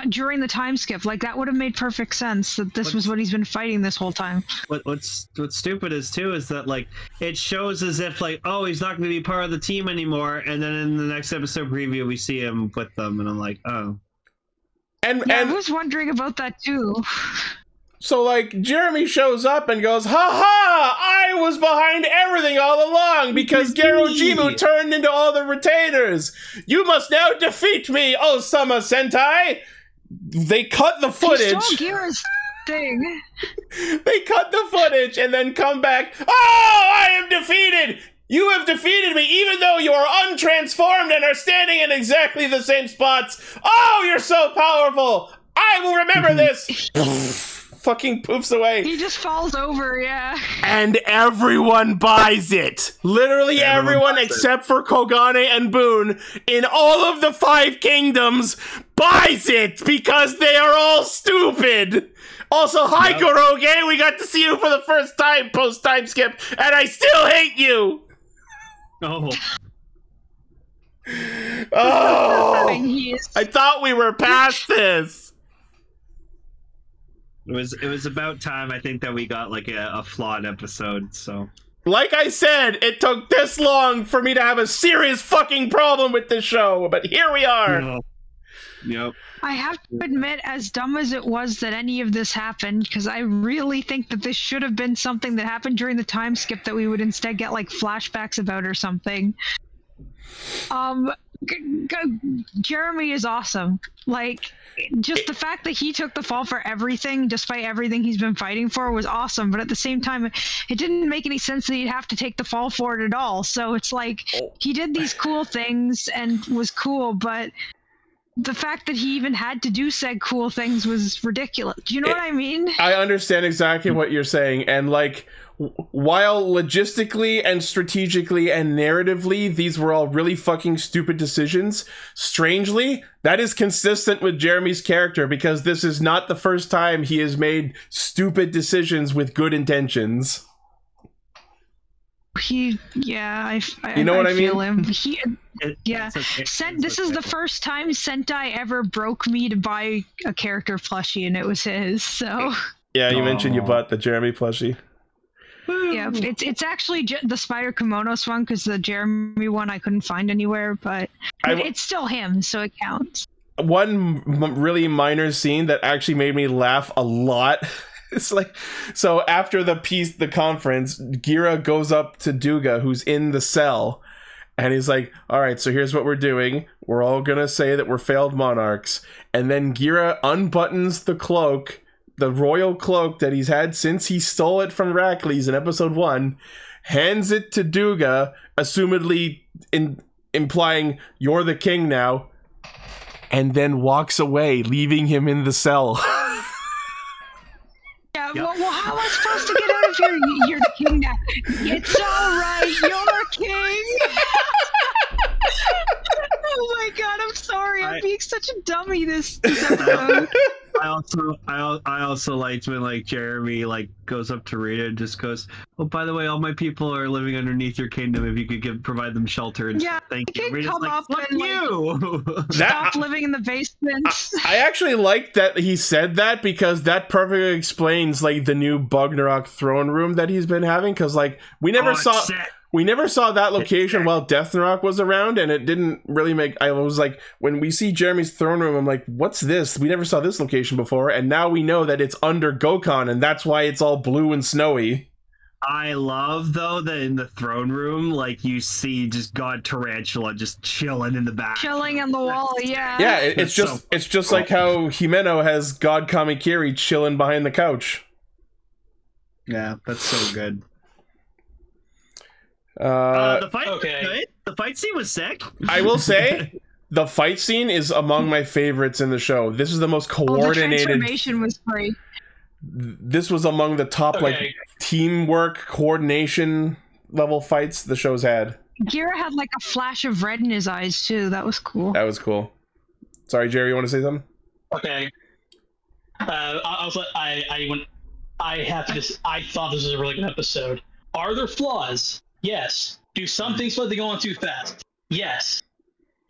Speaker 4: during the time skip? Like that would have made perfect sense that this was what he's been fighting this whole time.
Speaker 3: what, what's what's stupid is too is that like it shows as if like oh he's not going to be part of the team anymore, and then in the next episode preview we see him with them, and I'm like oh
Speaker 2: and
Speaker 4: Yeah,
Speaker 2: and
Speaker 4: I was wondering about that too.
Speaker 2: so like jeremy shows up and goes ha ha i was behind everything all along because garojimu turned into all the retainers you must now defeat me oh summer sentai they cut the
Speaker 4: He stole
Speaker 2: footage
Speaker 4: Gira's thing.
Speaker 2: They cut the footage and then come back. Oh, I am defeated! You have defeated me, even though you are untransformed and are standing in exactly the same spots. Oh, you're so powerful! I will remember this. Fucking poofs away,
Speaker 4: He just falls over. Yeah.
Speaker 2: and everyone buys it. Literally everyone, except for Kogane and Boone in all of the five kingdoms buys it because they are all stupid. Also, hi Kuroge, we got to see you for the first time post time skip, and I still hate you.
Speaker 3: oh
Speaker 4: (laughs)
Speaker 2: Oh,
Speaker 4: He is.
Speaker 2: I thought we were past this.
Speaker 3: it was it was about time I think that we got like a, a flawed episode. So
Speaker 2: Like I said, it took this long for me to have a serious fucking problem with this show, but here we are.
Speaker 3: yep.
Speaker 4: I have to admit, as dumb as it was that any of this happened, because I really think that this should have been something that happened during the time skip that we would instead get like flashbacks about or something. Um, g- g- Jeremy is awesome. Like, just the fact that he took the fall for everything, despite everything he's been fighting for, was awesome. But at the same time, it didn't make any sense that he'd have to take the fall for it at all. So it's like he did these cool things and was cool, but the fact that he even had to do said cool things was ridiculous. Do you know what I mean?
Speaker 2: I understand exactly what you're saying, and like w- while logistically and strategically and narratively these were all really fucking stupid decisions strangely that is consistent with jeremy's character because this is not the first time he has made stupid decisions with good intentions
Speaker 4: He, yeah, I, f- I-
Speaker 2: You know what I
Speaker 4: feel
Speaker 2: mean?
Speaker 4: Him. He,
Speaker 3: It-
Speaker 4: Yeah.
Speaker 3: it's okay.
Speaker 4: Sen-
Speaker 3: It's
Speaker 4: this is
Speaker 3: okay.
Speaker 4: the first time Sentai ever broke me to buy a character plushie, and it was his.
Speaker 2: (laughs)
Speaker 4: So,
Speaker 2: yeah you mentioned you
Speaker 3: Aw.
Speaker 2: bought the jeremy plushie
Speaker 4: yeah, it's it's actually j- the Spider Kimonos one because the Jeremy one I couldn't find anywhere, but
Speaker 2: I
Speaker 4: it-
Speaker 2: w-
Speaker 4: it's still him, so it counts.
Speaker 2: one m- really minor scene that actually made me laugh a lot. (laughs) It's like so after the piece the conference, Gira goes up to Duga who's in the cell and he's like, "All right, so here's what we're doing. We're all gonna say that we're failed monarchs. And then Gira unbuttons the cloak, the royal cloak that he's had since he stole it from Heracles in episode one, hands it to Duga, assumedly in, implying, You're the king now, and then walks away, leaving him in the cell. (laughs)
Speaker 4: Yeah, Well, well, how am I supposed to get out of here? You- You're the king now. It's all right. You're king. (laughs) oh my god, I'm sorry. I'm
Speaker 3: I-
Speaker 4: being such a dummy this, this episode.
Speaker 3: I also, I, al- I also liked when like Jeremy like goes up to Rita and just goes, "Oh, by the way, all my people are living underneath your kingdom. If you could give provide them shelter and
Speaker 4: Yeah,
Speaker 3: stuff, thank
Speaker 4: you
Speaker 3: you."
Speaker 4: can
Speaker 3: Rita's
Speaker 4: come
Speaker 3: like,
Speaker 4: up
Speaker 3: "Fuck
Speaker 4: and, like-
Speaker 3: you!"
Speaker 2: that,
Speaker 4: Stop living in the basement.
Speaker 2: I actually like that he said that because that perfectly explains like the new Bugnarok throne room that he's been having. Because like we never
Speaker 3: Oh, it's
Speaker 2: saw
Speaker 3: sick.
Speaker 2: we never saw that location while Deathnarok was around, and it didn't really make. I was like, when we see Jeremy's throne room, I'm like, what's this? We never saw this location before, and now we know that it's under Gokon, and that's why it's all blue and snowy.
Speaker 3: I love though that in the throne room, like you see just God Tarantula just chilling in the back.
Speaker 4: (laughs) Chilling on the wall. Yeah.
Speaker 2: Yeah, it, it's
Speaker 3: That's
Speaker 2: just
Speaker 3: so-
Speaker 2: it's just like how Himeno has God Kamikiri chilling behind the couch.
Speaker 3: Yeah, that's so good. Uh,
Speaker 2: uh
Speaker 3: the fight,
Speaker 1: okay.
Speaker 3: was good. The fight scene was sick.
Speaker 2: I will say the fight scene is among my favorites in the show. This is the most
Speaker 4: Oh, the
Speaker 2: coordinated.
Speaker 4: transformation was great.
Speaker 2: this was among the top like
Speaker 1: Okay.
Speaker 2: teamwork coordination level fights the show's had.
Speaker 4: Gira had like a flash of red in his eyes too. That was cool.
Speaker 2: That was cool. Sorry, Jerry, you want to say something?
Speaker 1: Okay. Uh, I, I was like, I, I went. I have to. Just, I thought this was a really good episode. Are there flaws? Yes. Do some things feel like they go on too fast? Yes.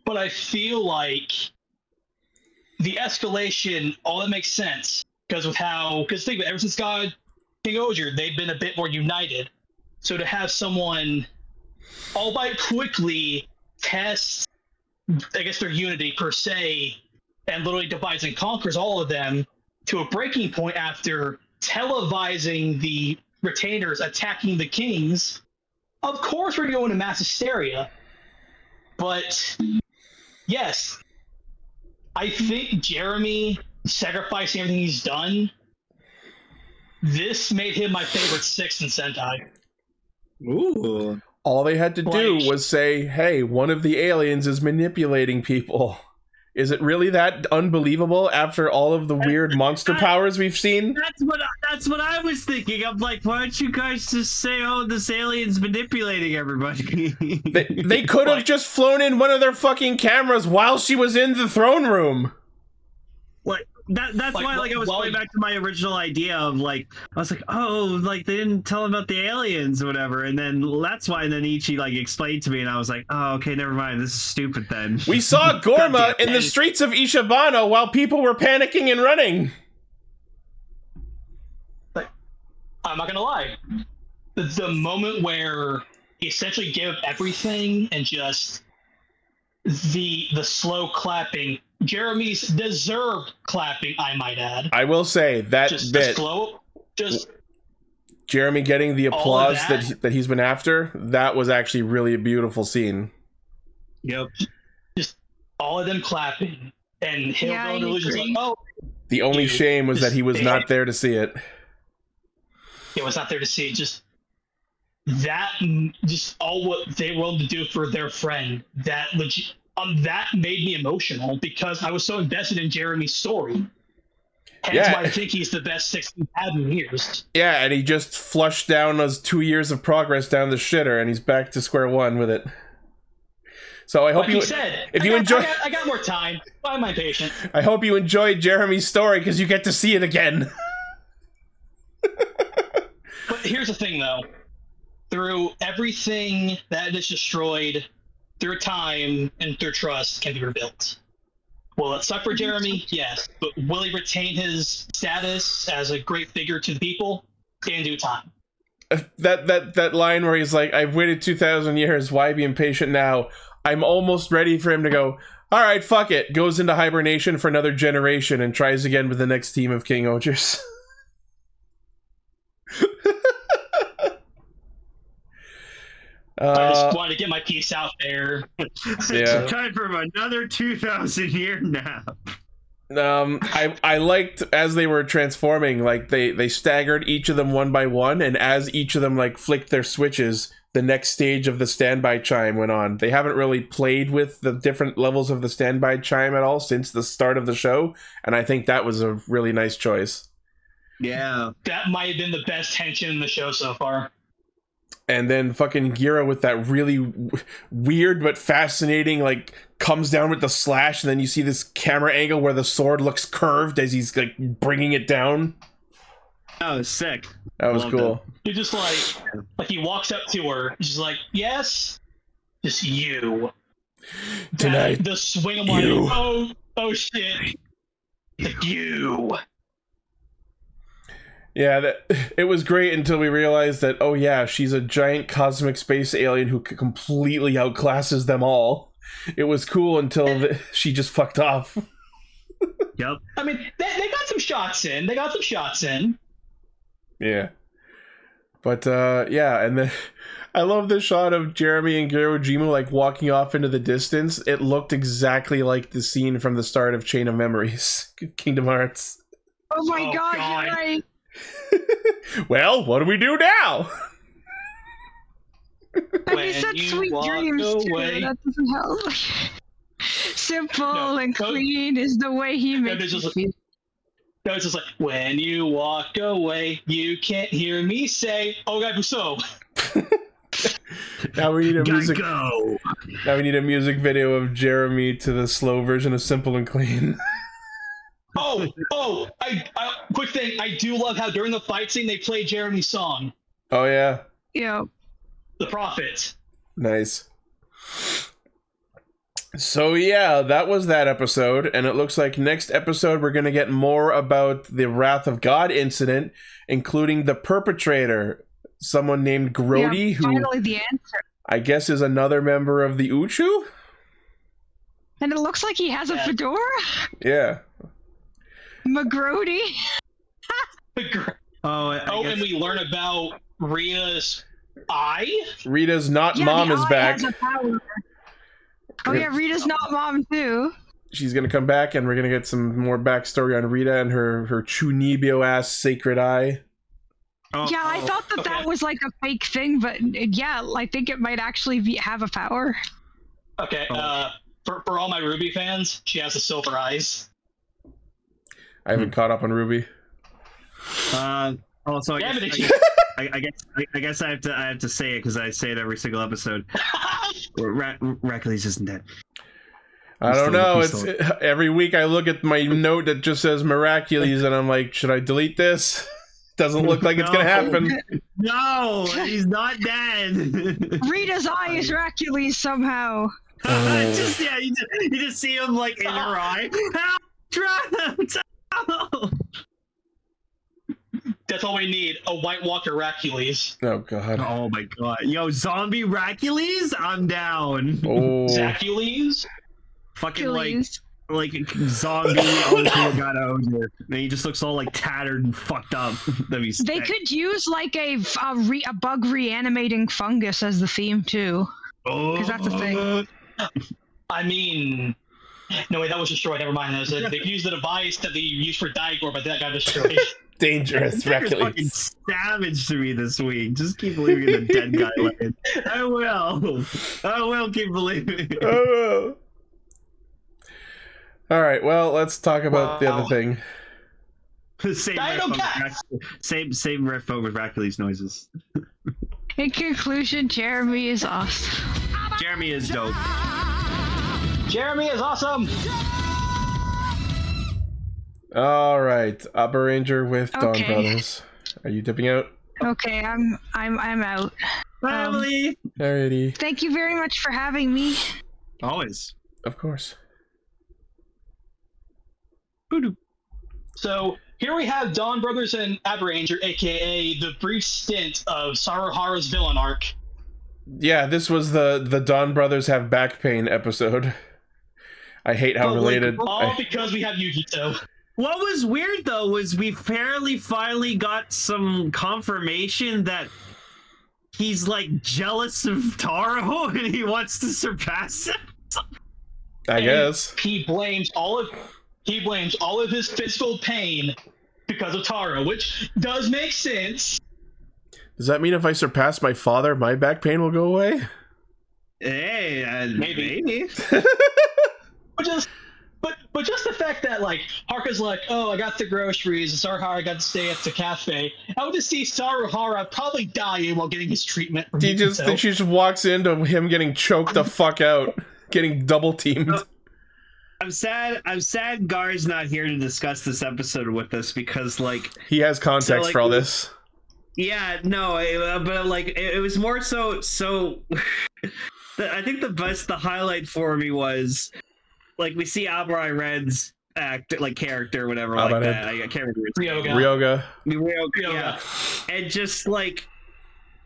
Speaker 1: But I feel like the escalation, all that makes sense because with how. Because think about it, ever since God King Ogier, they've been a bit more united. So to have someone, albeit quickly, test, I guess their unity per se, and literally divides and conquers all of them to a breaking point after televising the retainers attacking the kings. Of course, we're going to mass hysteria, but yes, I think Jeremy sacrificing everything he's done. This made him my favorite sixth in Sentai.
Speaker 3: Ooh.
Speaker 2: All they had to do
Speaker 1: Like-
Speaker 2: was say, "Hey, one of the aliens is manipulating people." Is it really that unbelievable after all of the weird monster powers we've seen?
Speaker 3: That's what I- that's what I was thinking. I'm like, why don't you guys just say, "Oh, this alien's
Speaker 2: (laughs)
Speaker 3: manipulating everybody"?
Speaker 2: They, they could have just flown in one of their fucking cameras while she was in the throne room.
Speaker 3: like that. That's
Speaker 1: Like,
Speaker 3: why, like, I was
Speaker 1: well-
Speaker 3: going back to my original idea of like, I was like, "Oh, like they didn't tell about the aliens or whatever," and then well, that's why. then Ichi like explained to me, and I was like, "Oh, okay, never mind. This is stupid then."
Speaker 1: (laughs)
Speaker 2: We saw Gorma
Speaker 3: Goddamn
Speaker 2: in the
Speaker 3: thing.
Speaker 2: streets of Ishibano while people were panicking and running.
Speaker 1: I'm not gonna lie. The, the moment where you essentially give everything and just the the slow clapping, Jeremy's deserved clapping, I might add.
Speaker 2: I will say that
Speaker 1: Just the
Speaker 2: bit,
Speaker 1: slow, just
Speaker 2: Jeremy getting the
Speaker 1: All of
Speaker 2: applause that
Speaker 1: that.
Speaker 2: he- that he's been after, that was actually really a beautiful scene.
Speaker 3: Yep.
Speaker 1: all of them clapping, and him
Speaker 4: Yeah,
Speaker 1: yeah,
Speaker 4: I
Speaker 1: illusions like,
Speaker 4: agree.
Speaker 1: oh,
Speaker 2: The only
Speaker 1: Dude,
Speaker 2: shame was that
Speaker 1: this
Speaker 2: he was
Speaker 1: thing-
Speaker 2: not there to see it.
Speaker 1: it was not there to see. Just that, just all what they were willing to do for their friend. That legit, um, that made me emotional because I was so invested in Jeremy's story. Hence
Speaker 2: Yeah.
Speaker 1: why I think he's the best six we've had in years.
Speaker 2: Yeah, and he just flushed down those two years of progress down the shitter, and he's back to square one with it. So I hope
Speaker 1: Like you
Speaker 2: you,
Speaker 1: said,
Speaker 2: if
Speaker 1: I
Speaker 2: you
Speaker 1: got-
Speaker 2: enjoy-
Speaker 1: I got, I got more time. Why am I patient?
Speaker 2: I hope you enjoyed Jeremy's story because you get to see it again. (laughs)
Speaker 1: But here's the thing, though. Through everything that is destroyed, through time and through trust can be rebuilt. Will it suck for Jeremy? Yes. But will he retain his status as a great figure to the people in due time?
Speaker 2: that that that line where he's like, "I've waited two thousand years. Why be impatient now?" I'm almost ready for him to go. All right, fuck it. Goes into hibernation for another generation and tries again with the next team of King (laughs) Ogers.
Speaker 1: I
Speaker 2: Uh,
Speaker 1: just wanted to get my piece out there.
Speaker 2: Yeah.
Speaker 3: Time for another 2,000 year nap.
Speaker 2: um, I I liked as they were transforming, like they they staggered each of them one by one, and as each of them like flicked their switches, the next stage of the standby chime went on. They haven't really played with the different levels of the standby chime at all since the start of the show, and I think that was a really nice choice.
Speaker 3: Yeah.
Speaker 1: That might have been the best tension in the show so far.
Speaker 2: and then fucking Gira with that really w- weird but fascinating like comes down with the slash and then you see this camera angle where the sword looks curved as he's like bringing it down
Speaker 3: Oh, sick.
Speaker 2: that was
Speaker 3: Loved
Speaker 2: cool
Speaker 1: You're just like, like he walks up to her. She's like, "Yes, just you." That-
Speaker 2: Tonight,
Speaker 1: the swing. I'm like,
Speaker 2: you.
Speaker 1: "Oh, oh shit!" Like, you.
Speaker 2: yeah that (laughs) it was great until we realized that oh yeah she's a giant cosmic space alien who c- completely outclasses them all it was cool until the, (laughs) she just fucked off (laughs)
Speaker 3: Yep.
Speaker 1: I mean, they, they got some shots in. They got some shots in.
Speaker 2: Yeah. But uh yeah, and then (laughs) I love the shot of Jeremy and Girojima like walking off into the distance. It looked exactly like the scene from the start of Chain of Memories, (laughs) Kingdom Hearts.
Speaker 4: Oh my
Speaker 1: Oh,
Speaker 4: god,
Speaker 1: God.
Speaker 4: you're right.
Speaker 2: Well, what do we do now? (laughs)
Speaker 4: I mean,
Speaker 1: When
Speaker 4: such
Speaker 1: you
Speaker 4: sweet
Speaker 1: walk
Speaker 4: dreams
Speaker 1: away.
Speaker 4: too. That doesn't help. (laughs) Simple
Speaker 1: No,
Speaker 4: and
Speaker 1: no.
Speaker 4: clean is the way he
Speaker 1: there's
Speaker 4: makes me
Speaker 1: just-
Speaker 4: feel.
Speaker 1: No, it's just like when you walk away, you can't hear me say, "Oh God, so."
Speaker 2: Now we need a
Speaker 3: Gotta
Speaker 2: music
Speaker 3: go.
Speaker 2: now we need a music video of Jeremy to the slow version of Simple and Clean. (laughs)
Speaker 1: Oh, oh! I, I quick thing. I do love how during the fight scene they play Jeremy's song,
Speaker 2: oh yeah.
Speaker 4: Yeah.
Speaker 1: "The Prophet." (laughs)
Speaker 2: Nice. So yeah, that was that episode, and it looks like next episode we're gonna get more about the Wrath of God incident, including the perpetrator, someone named Grody,
Speaker 4: yeah,
Speaker 2: who
Speaker 4: finally the answer.
Speaker 2: I guess is another member of the Uchu.
Speaker 4: And it looks like he has a
Speaker 1: Yeah.
Speaker 4: fedora.
Speaker 2: Yeah,
Speaker 4: McGrody.
Speaker 3: Oh, I
Speaker 1: Oh,
Speaker 3: guess-
Speaker 1: and we learn about Rhea's eye.
Speaker 2: Rita's not
Speaker 4: Yeah,
Speaker 2: mom
Speaker 4: the
Speaker 2: is
Speaker 4: eye
Speaker 2: back.
Speaker 4: has a power. Oh yeah, Rita's not mom too.
Speaker 2: She's gonna come back, and we're gonna get some more backstory on Rita and her her Chunibyo ass sacred eye.
Speaker 3: oh,
Speaker 4: yeah, I
Speaker 3: oh.
Speaker 4: thought that that
Speaker 1: okay.
Speaker 4: was like a fake thing, but yeah, I think it might actually be, have a power.
Speaker 1: Okay. Uh, for for all my Ruby fans, she has the silver eyes.
Speaker 2: I haven't caught up on Ruby.
Speaker 3: Uh, also, I
Speaker 1: Damn
Speaker 3: guess,
Speaker 1: it,
Speaker 3: I, I guess I, I guess I have to I have to say it because I say it every single episode. Ra- Rackley's isn't dead.
Speaker 2: I
Speaker 3: He's
Speaker 2: don't
Speaker 3: still-
Speaker 2: know.
Speaker 3: he's
Speaker 2: It's
Speaker 3: still-
Speaker 2: (laughs) every week I look at my note that just says miraculous, and I'm like, should I delete this? (laughs) Doesn't look like it's gonna
Speaker 3: No.
Speaker 2: happen.
Speaker 3: (laughs) No, he's not dead. (laughs)
Speaker 4: Rita's eye is Hercules somehow.
Speaker 3: just yeah, you just, you just see him like in her
Speaker 4: Ah.
Speaker 3: eye. (laughs) Help! (laughs) Drowned! Help!
Speaker 1: (laughs) That's all we need. A White Walker Hercules.
Speaker 2: Oh god.
Speaker 3: Oh my god. Yo, zombie Racules? I'm down.
Speaker 2: Oh,
Speaker 1: Hercules.
Speaker 3: Fucking like
Speaker 4: Hercules.
Speaker 3: like zombie
Speaker 4: (laughs)
Speaker 3: Otogata Ogre. And he just looks all like tattered and fucked up. (laughs) That'd be
Speaker 4: They
Speaker 3: sick.
Speaker 4: could use like a f- a, re, a bug reanimating fungus as the theme too.
Speaker 3: oh,
Speaker 4: 'cause that's a thing.
Speaker 1: I mean, no wait, that was destroyed. Never mind. That was- they could use the device that they used for Digor, but that got destroyed.
Speaker 2: dangerous
Speaker 3: They're fucking
Speaker 2: Hercules.
Speaker 3: savage to me this week. Just keep believing in the dead (laughs) guy line. I will. I will keep believing. (laughs)
Speaker 2: Oh. All right. Well, let's talk about the
Speaker 1: Wow.
Speaker 2: other thing.
Speaker 3: same, riff
Speaker 1: Dino
Speaker 3: over
Speaker 1: Cat.
Speaker 3: Rac- same same riff over Racules noises.
Speaker 4: In conclusion, Jeremy is awesome.
Speaker 3: Jeremy is dope.
Speaker 1: (laughs) Jeremy is awesome.
Speaker 2: All right, Upper Ranger with Dawn
Speaker 4: Okay.
Speaker 2: Brothers. Are you dipping out?
Speaker 4: Okay, I'm I'm I'm out.
Speaker 3: Family.
Speaker 2: Alrighty,
Speaker 4: Thank you very much for having me.
Speaker 3: Um, Always.
Speaker 2: of course.
Speaker 1: So here we have Dawn Brothers and Abranger, aka the brief stint of Saruhara's villain arc.
Speaker 2: Yeah, this was the the Dawn Brothers have back pain episode. I hate how
Speaker 3: But, like,
Speaker 2: related. I-
Speaker 1: All because we have Yukito.
Speaker 3: What was weird though was we fairly finally got some confirmation that he's like jealous of Taro (laughs) and he wants to surpass him.
Speaker 2: I guess.
Speaker 1: He blames all of he blames all of his physical pain because of Tara, which does make sense.
Speaker 2: Does that mean if I surpass my father, my back pain will go away?
Speaker 3: Hey, uh,
Speaker 1: Maybe.
Speaker 3: maybe.
Speaker 1: But just but but just the fact that like Harka's like, oh, I got the groceries, and Sarahara got to stay at the cafe. I would just see Saruhara probably dying while getting his treatment. From
Speaker 2: He just
Speaker 1: Mizuto.
Speaker 2: she just walks into him getting choked the fuck out, getting double teamed.
Speaker 3: I'm sad. I'm sad. Gar's not here to discuss this episode with us because, like,
Speaker 2: He has context
Speaker 3: So, like,
Speaker 2: for all this.
Speaker 3: Yeah, no, it, uh, but like it, it was more so so. (laughs) the, I think the best the highlight for me was like we see Abarai Red's act like character whatever like
Speaker 2: Abarai.
Speaker 3: that. I, I can't remember. his name.
Speaker 1: Ryoga.
Speaker 2: Ryoga.
Speaker 3: I mean, Ryo-
Speaker 1: Ryoga.
Speaker 3: yeah, and just like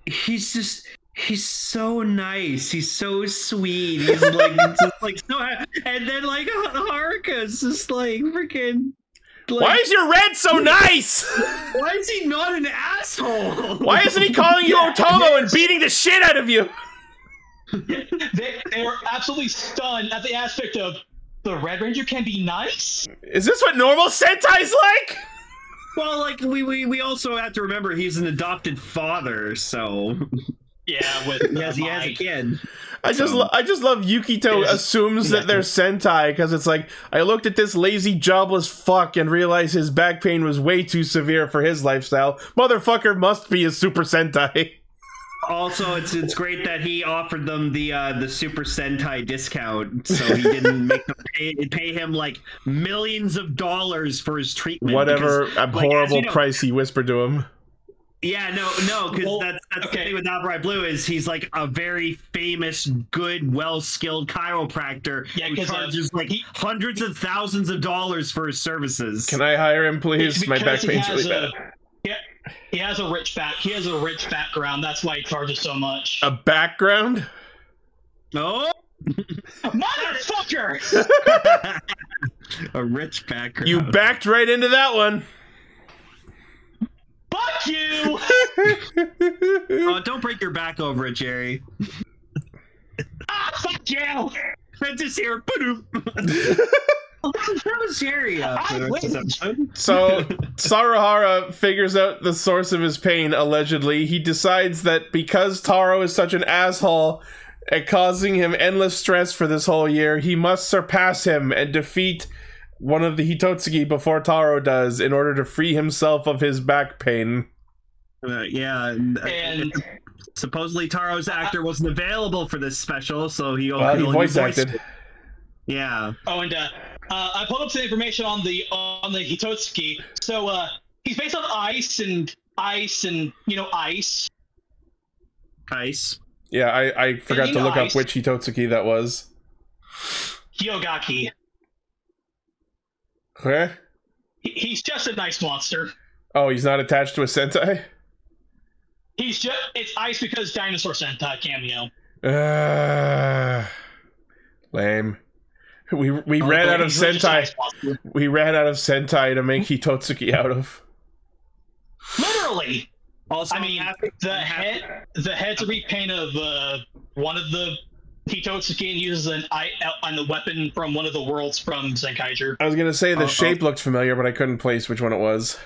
Speaker 3: he's just. He's so nice. He's so sweet.
Speaker 2: (laughs)
Speaker 3: He's like, just like so. ha- And then like Haruka's just like freaking. Like,
Speaker 2: Why is your red so nice?
Speaker 3: why is he not an asshole?
Speaker 2: Why isn't he calling you Otomo and beating the shit out of you?
Speaker 1: They, they were absolutely stunned at the aspect of the Red Ranger can be nice.
Speaker 2: Is this what normal Sentai's like?
Speaker 3: Well, like we, we we also have to remember he's an adopted father, so
Speaker 1: Yeah, (laughs) with
Speaker 3: yes, he
Speaker 2: Oh
Speaker 3: has a kid.
Speaker 2: I just lo- I just love Yukito assumes that they're Sentai because it's like I looked at this lazy jobless fuck and realized his back pain was way too severe for his lifestyle. Motherfucker must be a Super Sentai.
Speaker 3: Also, it's it's great that he offered them the uh, the Super Sentai discount, so
Speaker 2: (laughs)
Speaker 3: he didn't make them pay, pay him like millions of dollars for his treatment.
Speaker 2: Whatever
Speaker 3: because, like, as you
Speaker 2: abhorrible
Speaker 3: know-
Speaker 2: price he whispered to him.
Speaker 3: Yeah, no, no, because
Speaker 1: Well,
Speaker 3: that's that's
Speaker 1: okay.
Speaker 3: the thing with Albright Blue is he's like a very famous, good, well-skilled chiropractor
Speaker 1: Yeah,
Speaker 3: who
Speaker 1: 'cause, uh,
Speaker 3: charges like
Speaker 1: he-
Speaker 3: hundreds of thousands of dollars for his services.
Speaker 2: Can I hire him, please? My back
Speaker 1: Because he
Speaker 2: pain's
Speaker 1: has
Speaker 2: really bad.
Speaker 1: a- Yeah, he has a rich back. He has a rich background. That's why he charges so much.
Speaker 2: A background?
Speaker 3: oh,
Speaker 1: Motherfucker!
Speaker 3: a rich background. (laughs)
Speaker 2: You backed right into that one.
Speaker 1: Fuck you!
Speaker 3: Oh, don't break your back over it, Jerry.
Speaker 1: Ah, fuck you!
Speaker 3: I just hear (laughs) boom. Oh, That was Jerry. Uh, for
Speaker 1: I
Speaker 3: the rest of
Speaker 1: win.
Speaker 3: this episode. (laughs)
Speaker 2: So Sarahara figures out the source of his pain, allegedly. He decides that because Taro is such an asshole and causing him endless stress for this whole year, he must surpass him and defeat one of the Hitotsuki before Taro does in order to free himself of his back pain.
Speaker 3: Uh, yeah, and, uh,
Speaker 1: And
Speaker 3: supposedly Taro's actor wasn't available for this special, so he
Speaker 2: Well, Uh, he
Speaker 3: only
Speaker 2: voice
Speaker 3: Oh, voiced
Speaker 2: acted.
Speaker 3: it. Yeah,
Speaker 1: oh, and uh, uh, I pulled up some information on the on the Hitotsuki. So uh, he's based on ice and ice and you know ice.
Speaker 3: ice.
Speaker 2: Yeah, I, I forgot to look up
Speaker 1: Nice.
Speaker 2: which Hitotsuki that was.
Speaker 1: Hyogaki.
Speaker 2: Huh?
Speaker 1: He- He's just a nice monster.
Speaker 2: Oh, he's not attached to a Sentai?
Speaker 1: He's just it's ice because dinosaur Sentai cameo.
Speaker 2: Uh, lame. We we
Speaker 1: Oh,
Speaker 2: ran
Speaker 1: but
Speaker 2: out of
Speaker 1: he's really just a
Speaker 2: Sentai.
Speaker 1: nice monster.
Speaker 2: We ran out of Sentai to make Hitotsuki out of.
Speaker 1: Literally.
Speaker 3: Also,
Speaker 1: I mean,
Speaker 3: I'm happy-
Speaker 1: the
Speaker 3: I'm happy-
Speaker 1: head, the head's repaint of uh, one of the Hitotsuki uses an eye on the weapon from one of the worlds from Zenkaiger.
Speaker 2: I was gonna say the
Speaker 3: Uh-oh.
Speaker 2: shape looked familiar, but I couldn't place which one it was.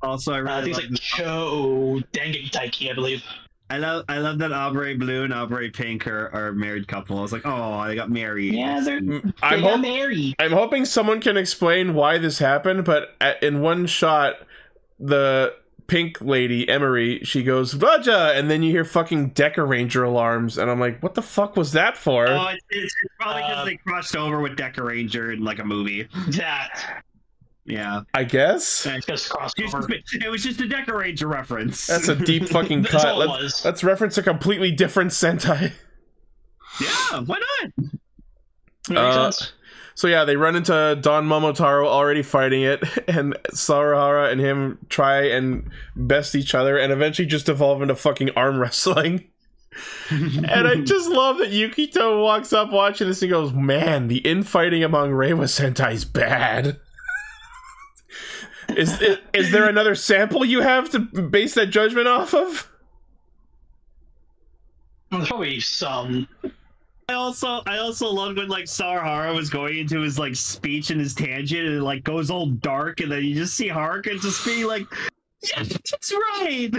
Speaker 3: Also,
Speaker 1: Uh, I
Speaker 3: I really
Speaker 1: think
Speaker 3: like,
Speaker 1: it's like Cho Dengeki, I believe.
Speaker 3: I love I love that Aubrey Blue and Aubrey Pink are, are a married couple. I was like, oh, they got married.
Speaker 1: Yeah, they're
Speaker 2: Mm,
Speaker 1: they
Speaker 2: I'm
Speaker 1: got
Speaker 2: hop-
Speaker 1: married.
Speaker 2: I'm hoping someone can explain why this happened, but at, in one shot, the pink lady Emery she goes Raja, and then you hear fucking Decker Ranger alarms, and I'm like, what the fuck was that for?
Speaker 3: Oh, it's, it's probably because
Speaker 1: Uh,
Speaker 3: they crossed over with Decker Ranger in like a movie.
Speaker 1: That
Speaker 3: Yeah.
Speaker 2: I guess
Speaker 1: just
Speaker 3: Yeah. It's just-
Speaker 1: crossover.
Speaker 3: It was just a Decker Ranger reference.
Speaker 2: that's
Speaker 1: (laughs)
Speaker 2: a deep fucking
Speaker 1: That's
Speaker 2: cut.
Speaker 1: all it
Speaker 2: Let's,
Speaker 1: was.
Speaker 2: let's reference a completely different Sentai. (laughs)
Speaker 3: yeah, why not?
Speaker 1: That makes
Speaker 2: uh,
Speaker 1: sense.
Speaker 2: So yeah, they run into Don Momotaro already fighting it, (laughs) and Sarahara and him try and best each other, and eventually just evolve into fucking arm (laughs) wrestling. and
Speaker 1: (laughs)
Speaker 2: I just love that Yukito walks up watching this and goes, "Man, the infighting among Reiwa Sentai is bad." (laughs) is, is is there another sample you have to base that judgment off of?
Speaker 1: There's probably some.
Speaker 3: I also I also loved when like Sarhara was going into his like speech and his tangent and it like goes all dark and then you just see Haruka just being like, Yeah, that's right.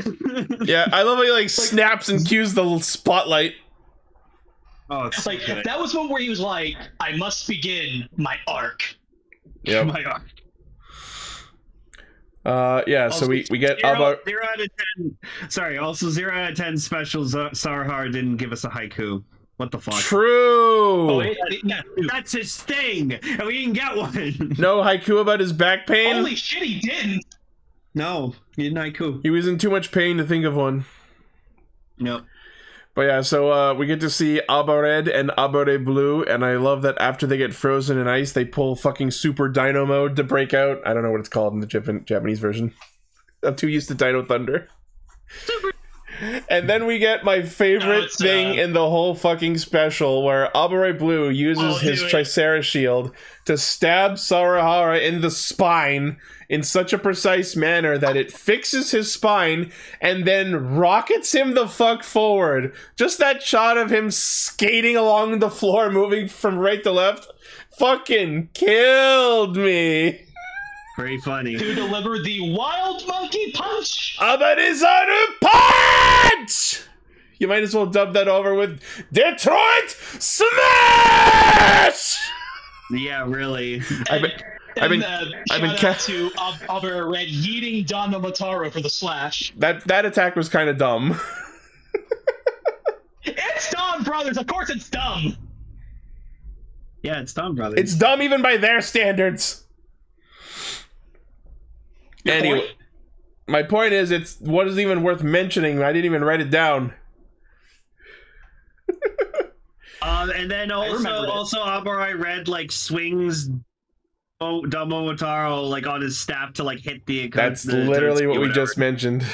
Speaker 3: (laughs)
Speaker 2: Yeah, I love how
Speaker 1: (laughs)
Speaker 2: he like snaps and cues the spotlight.
Speaker 3: oh, it's
Speaker 1: It's like that was one where he was like, "I must begin my arc."
Speaker 2: Yep.
Speaker 3: my God.
Speaker 2: Uh, yeah, so we, we get
Speaker 3: zero,
Speaker 2: Abba.
Speaker 3: zero out of ten. Sorry, also zero out of ten specials. Uh, Sarhar didn't give us a haiku. What the fuck?
Speaker 2: True.
Speaker 1: Oh, it- it-
Speaker 3: That's his thing, and we didn't get one. (laughs)
Speaker 2: no haiku about his back pain.
Speaker 1: holy shit, he didn't.
Speaker 3: No, you didn't haiku.
Speaker 2: he was in too much pain to think of one.
Speaker 3: No.
Speaker 2: But yeah, so uh, we get to see Abba Red and Abba Red Blue, and I love that after they get frozen in ice, they pull fucking Super Dino Mode to break out. I don't know what it's called in the Jap- Japanese version. I'm too used to Dino Thunder. And then we get my favorite
Speaker 1: it's,
Speaker 2: thing
Speaker 1: uh,
Speaker 2: in the whole fucking special, where Abare Blue uses
Speaker 1: Oh,
Speaker 2: his
Speaker 1: dude.
Speaker 2: Tricera shield to stab Sarahara in the spine in such a precise manner that it fixes his spine and then rockets him the fuck forward. Just that shot of him skating along the floor, moving from right to left, fucking killed me.
Speaker 3: Very funny. (laughs)
Speaker 1: Who delivered the wild monkey punch?
Speaker 2: Abadizaru Punch! You might as well dub that over with Detroit Smash!
Speaker 3: Yeah, really.
Speaker 2: I've been, I've been,
Speaker 1: And, uh,
Speaker 2: I've been
Speaker 1: shout
Speaker 2: ca-
Speaker 1: out to Ab- Abra Red yeeting Don Mataro for the slash.
Speaker 2: that that attack was kind of dumb.
Speaker 1: It's dumb, brothers. Of course, it's dumb.
Speaker 3: Yeah, it's Tom Brothers.
Speaker 2: It's dumb even by their standards. anyway,
Speaker 1: point?
Speaker 2: my point is, it's what is even worth mentioning. I didn't even write it down.
Speaker 3: Um, and then
Speaker 1: remembered
Speaker 3: also
Speaker 1: it.
Speaker 3: also Amurai Red like swings oh, Dumbo Wataru like on his staff to like hit the.
Speaker 2: That's
Speaker 3: the- the-
Speaker 2: literally what we
Speaker 3: whatever.
Speaker 2: just mentioned.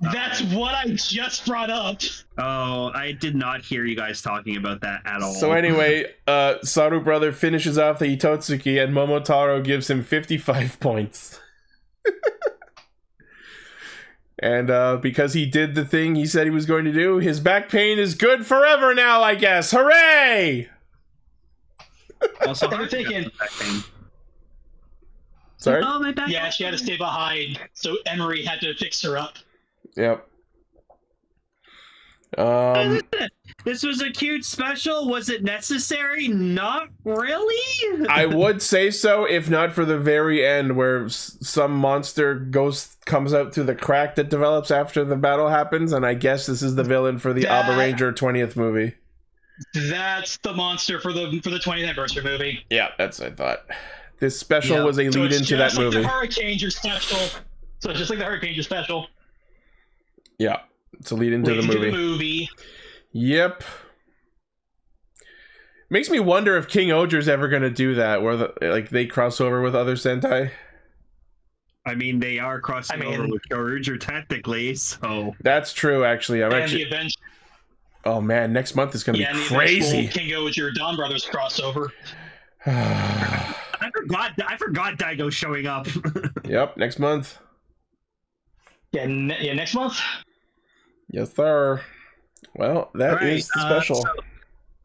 Speaker 1: That's what I just brought up.
Speaker 3: Oh, I did not hear you guys talking about that at all.
Speaker 2: So anyway, uh, Saru brother finishes off the Itotsuki, and Momotaro gives him fifty-five (laughs) points. and uh, because he did the thing he said he was going to do, his back pain is good forever now. I guess. Hooray!
Speaker 3: (laughs) also
Speaker 1: They were thinking-
Speaker 2: Sorry.
Speaker 3: Oh my back.
Speaker 1: Yeah, she had to stay behind, so Emery had to fix her up.
Speaker 2: Yep. Um,
Speaker 3: This was a cute special. Was it necessary? Not really.
Speaker 2: I would say so, if not for the very end, where s- some monster ghost comes out through the crack that develops after the battle happens, and I guess this is the villain for the
Speaker 1: That-
Speaker 2: Abba Ranger twentieth movie.
Speaker 1: That's the monster for the for the 20th anniversary movie.
Speaker 2: Yeah, that's what I thought. This special
Speaker 3: Yeah.
Speaker 2: was a
Speaker 1: So
Speaker 2: lead
Speaker 1: it's
Speaker 2: into that
Speaker 1: just like
Speaker 2: movie.
Speaker 1: The Hurricane your special. So it's just like the Hurricane your special.
Speaker 2: yeah, it's a lead into the
Speaker 1: Leads to
Speaker 2: movie.
Speaker 1: The movie.
Speaker 2: Yep. Makes me wonder if King Oger's ever gonna do that, where the, like they cross over with other Sentai.
Speaker 3: I mean, they are crossing
Speaker 1: I mean-
Speaker 3: over with George, or technically, so
Speaker 2: That's true, actually. I'm
Speaker 1: and
Speaker 2: actually.
Speaker 1: the Avengers.
Speaker 2: Oh man, next month is gonna
Speaker 1: Yeah, and
Speaker 2: be
Speaker 1: the Crazy.
Speaker 2: crazy.
Speaker 1: King Oger Don Brothers crossover.
Speaker 2: (sighs)
Speaker 1: (sighs)
Speaker 3: I forgot. I forgot Daigo showing up. (laughs)
Speaker 2: yep, next month.
Speaker 1: Yeah, ne- yeah, next month.
Speaker 2: Yes, sir. Well, that is
Speaker 3: All right,
Speaker 2: the
Speaker 3: uh,
Speaker 2: special.
Speaker 3: so-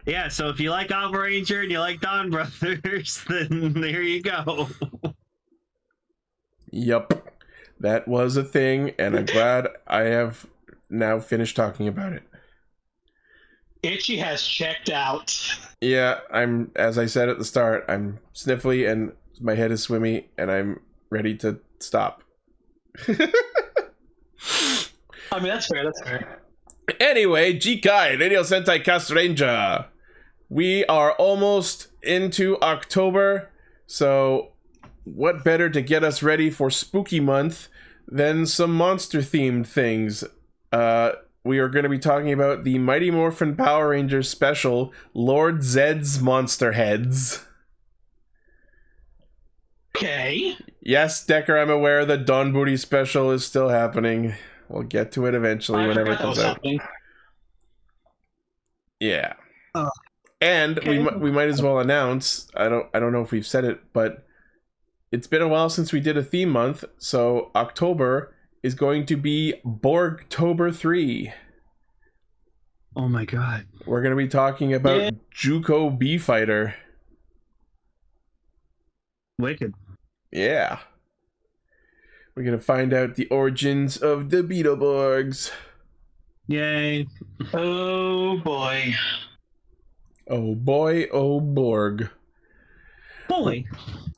Speaker 3: yeah, so if you like Alpha Ranger and you like Don Brothers, (laughs) then there you go.
Speaker 2: Yep, that was a thing, and I'm glad I have now finished talking about it.
Speaker 1: Itchy has checked out.
Speaker 2: Yeah, I'm as I said at the start, I'm sniffly and my head is swimmy and I'm ready to stop.
Speaker 1: I mean, that's fair. That's fair.
Speaker 2: Anyway, Jikai, Radio Sentai Cast Ranger. We are almost into October, so what better to get us ready for spooky month than some monster themed things? Uh, we are going to be talking about the Mighty Morphin Power Rangers special, Lord Zed's Monster Heads.
Speaker 1: Okay.
Speaker 2: Yes, Decker, I'm aware the Don Booty special is still happening. We'll get to it eventually
Speaker 1: I
Speaker 2: whenever
Speaker 1: forgot
Speaker 2: it
Speaker 1: that
Speaker 2: comes
Speaker 1: was
Speaker 2: out.
Speaker 1: happening.
Speaker 2: Yeah.
Speaker 1: Oh.
Speaker 2: and we
Speaker 1: Okay.
Speaker 2: we we might as well announce. I don't I don't know if we've said it, but it's been a while since we did a theme month, so October is going to be Borgtober three.
Speaker 3: Oh my god.
Speaker 2: We're gonna be talking about
Speaker 1: Yeah.
Speaker 2: Juco B Fighter.
Speaker 3: Wicked.
Speaker 2: Yeah. We're gonna find out the origins of the Beetleborgs.
Speaker 3: Yay.
Speaker 1: Oh boy.
Speaker 2: Oh boy, oh Borg.
Speaker 3: Bully.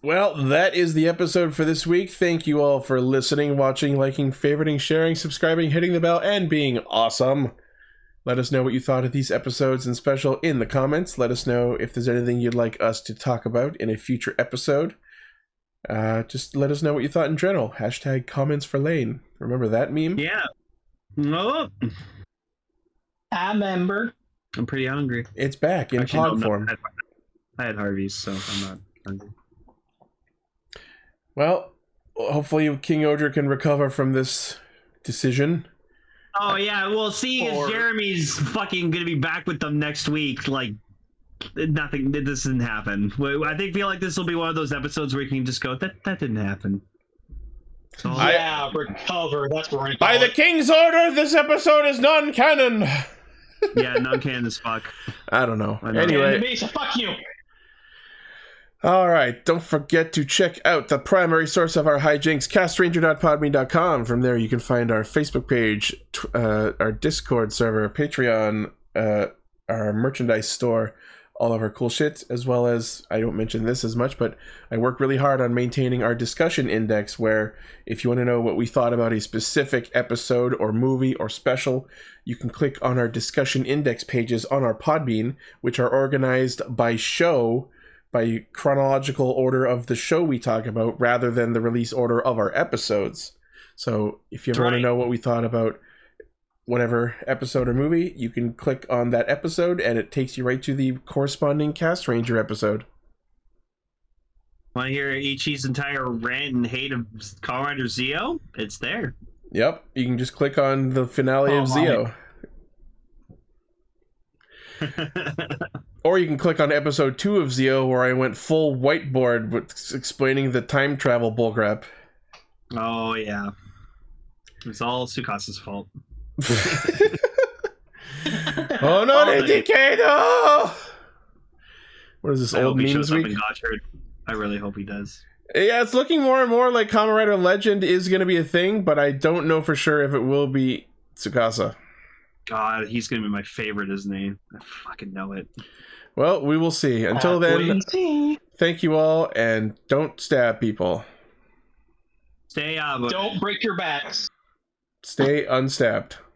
Speaker 2: Well, that is the episode for this week. Thank you all for listening, watching, liking, favoriting, sharing, subscribing, hitting the bell, and being awesome. Let us know what you thought of these episodes and special in the comments. Let us know if there's anything you'd like us to talk about in a future episode. Uh, just let us know what you thought in general. Hashtag comments for Lane. Remember that meme?
Speaker 3: Yeah. Oh,
Speaker 1: I remember.
Speaker 3: I'm pretty hungry.
Speaker 2: It's back in
Speaker 3: Actually, no,
Speaker 2: pod
Speaker 3: I'm not-
Speaker 2: form.
Speaker 3: I had- I had Harvey's, so I'm not hungry.
Speaker 2: Well, hopefully King Odra can recover from this decision.
Speaker 3: Oh yeah, well, see,
Speaker 1: Or-
Speaker 3: is Jeremy's fucking gonna be back with them next week. Like, nothing. This didn't happen. Wait, I think feel like this will be one of those episodes where you can just go, that that didn't happen. So,
Speaker 2: I-
Speaker 1: yeah, recover. That's what we're gonna
Speaker 2: By
Speaker 1: call
Speaker 2: the
Speaker 1: it.
Speaker 2: king's order, this episode is non-canon.
Speaker 3: yeah, non canon as fuck.
Speaker 2: I don't know.
Speaker 3: I know.
Speaker 1: And
Speaker 2: Anyway,
Speaker 1: me, so fuck you.
Speaker 2: all right. Don't forget to check out the primary source of our hijinks, castranger.podme.com. From there, you can find our Facebook page, tw- uh, our Discord server, Patreon, uh, our merchandise store, all of our cool shit, as well as I don't mention this as much, but I work really hard on maintaining our discussion index, where if you want to know what we thought about a specific episode or movie or special, you can click on our discussion index pages on our Podbean, which are organized by show, by chronological order of the show we talk about, rather than the release order of our episodes. So if you ever want to
Speaker 3: Right.
Speaker 2: know what we thought about whatever episode or movie, you can click on that episode and it takes you right to the corresponding Cast Ranger episode.
Speaker 3: Want to hear Ichi's entire rant and hate of Colorado Zio? It's there. (laughs)
Speaker 2: Yep, you can just click on the finale
Speaker 1: Oh,
Speaker 2: of
Speaker 1: my.
Speaker 2: Zio. Or you can click on episode two of Zio, where I went full whiteboard with s- explaining the time travel
Speaker 3: (laughs)
Speaker 2: bullcrap.
Speaker 3: oh yeah, it's all Sukasa's fault.
Speaker 2: oh no,
Speaker 3: Oh,
Speaker 2: they
Speaker 3: they-
Speaker 2: decayed! Oh! What is this
Speaker 3: I
Speaker 2: old
Speaker 3: hope he
Speaker 2: memes
Speaker 3: shows up
Speaker 2: week?
Speaker 3: in Gotchard. I really hope he does.
Speaker 2: Yeah, it's looking more and more like Kamen Rider Legend is going to be a thing, but I don't know for sure if it will be Tsukasa.
Speaker 3: God, he's gonna be my favorite, isn't he? I fucking know it.
Speaker 2: Well, we will see. Until
Speaker 1: Wait
Speaker 2: then,
Speaker 1: and see.
Speaker 2: thank you all, and don't stab people.
Speaker 3: Stay out.
Speaker 1: Don't break your backs.
Speaker 2: Stay unstabbed.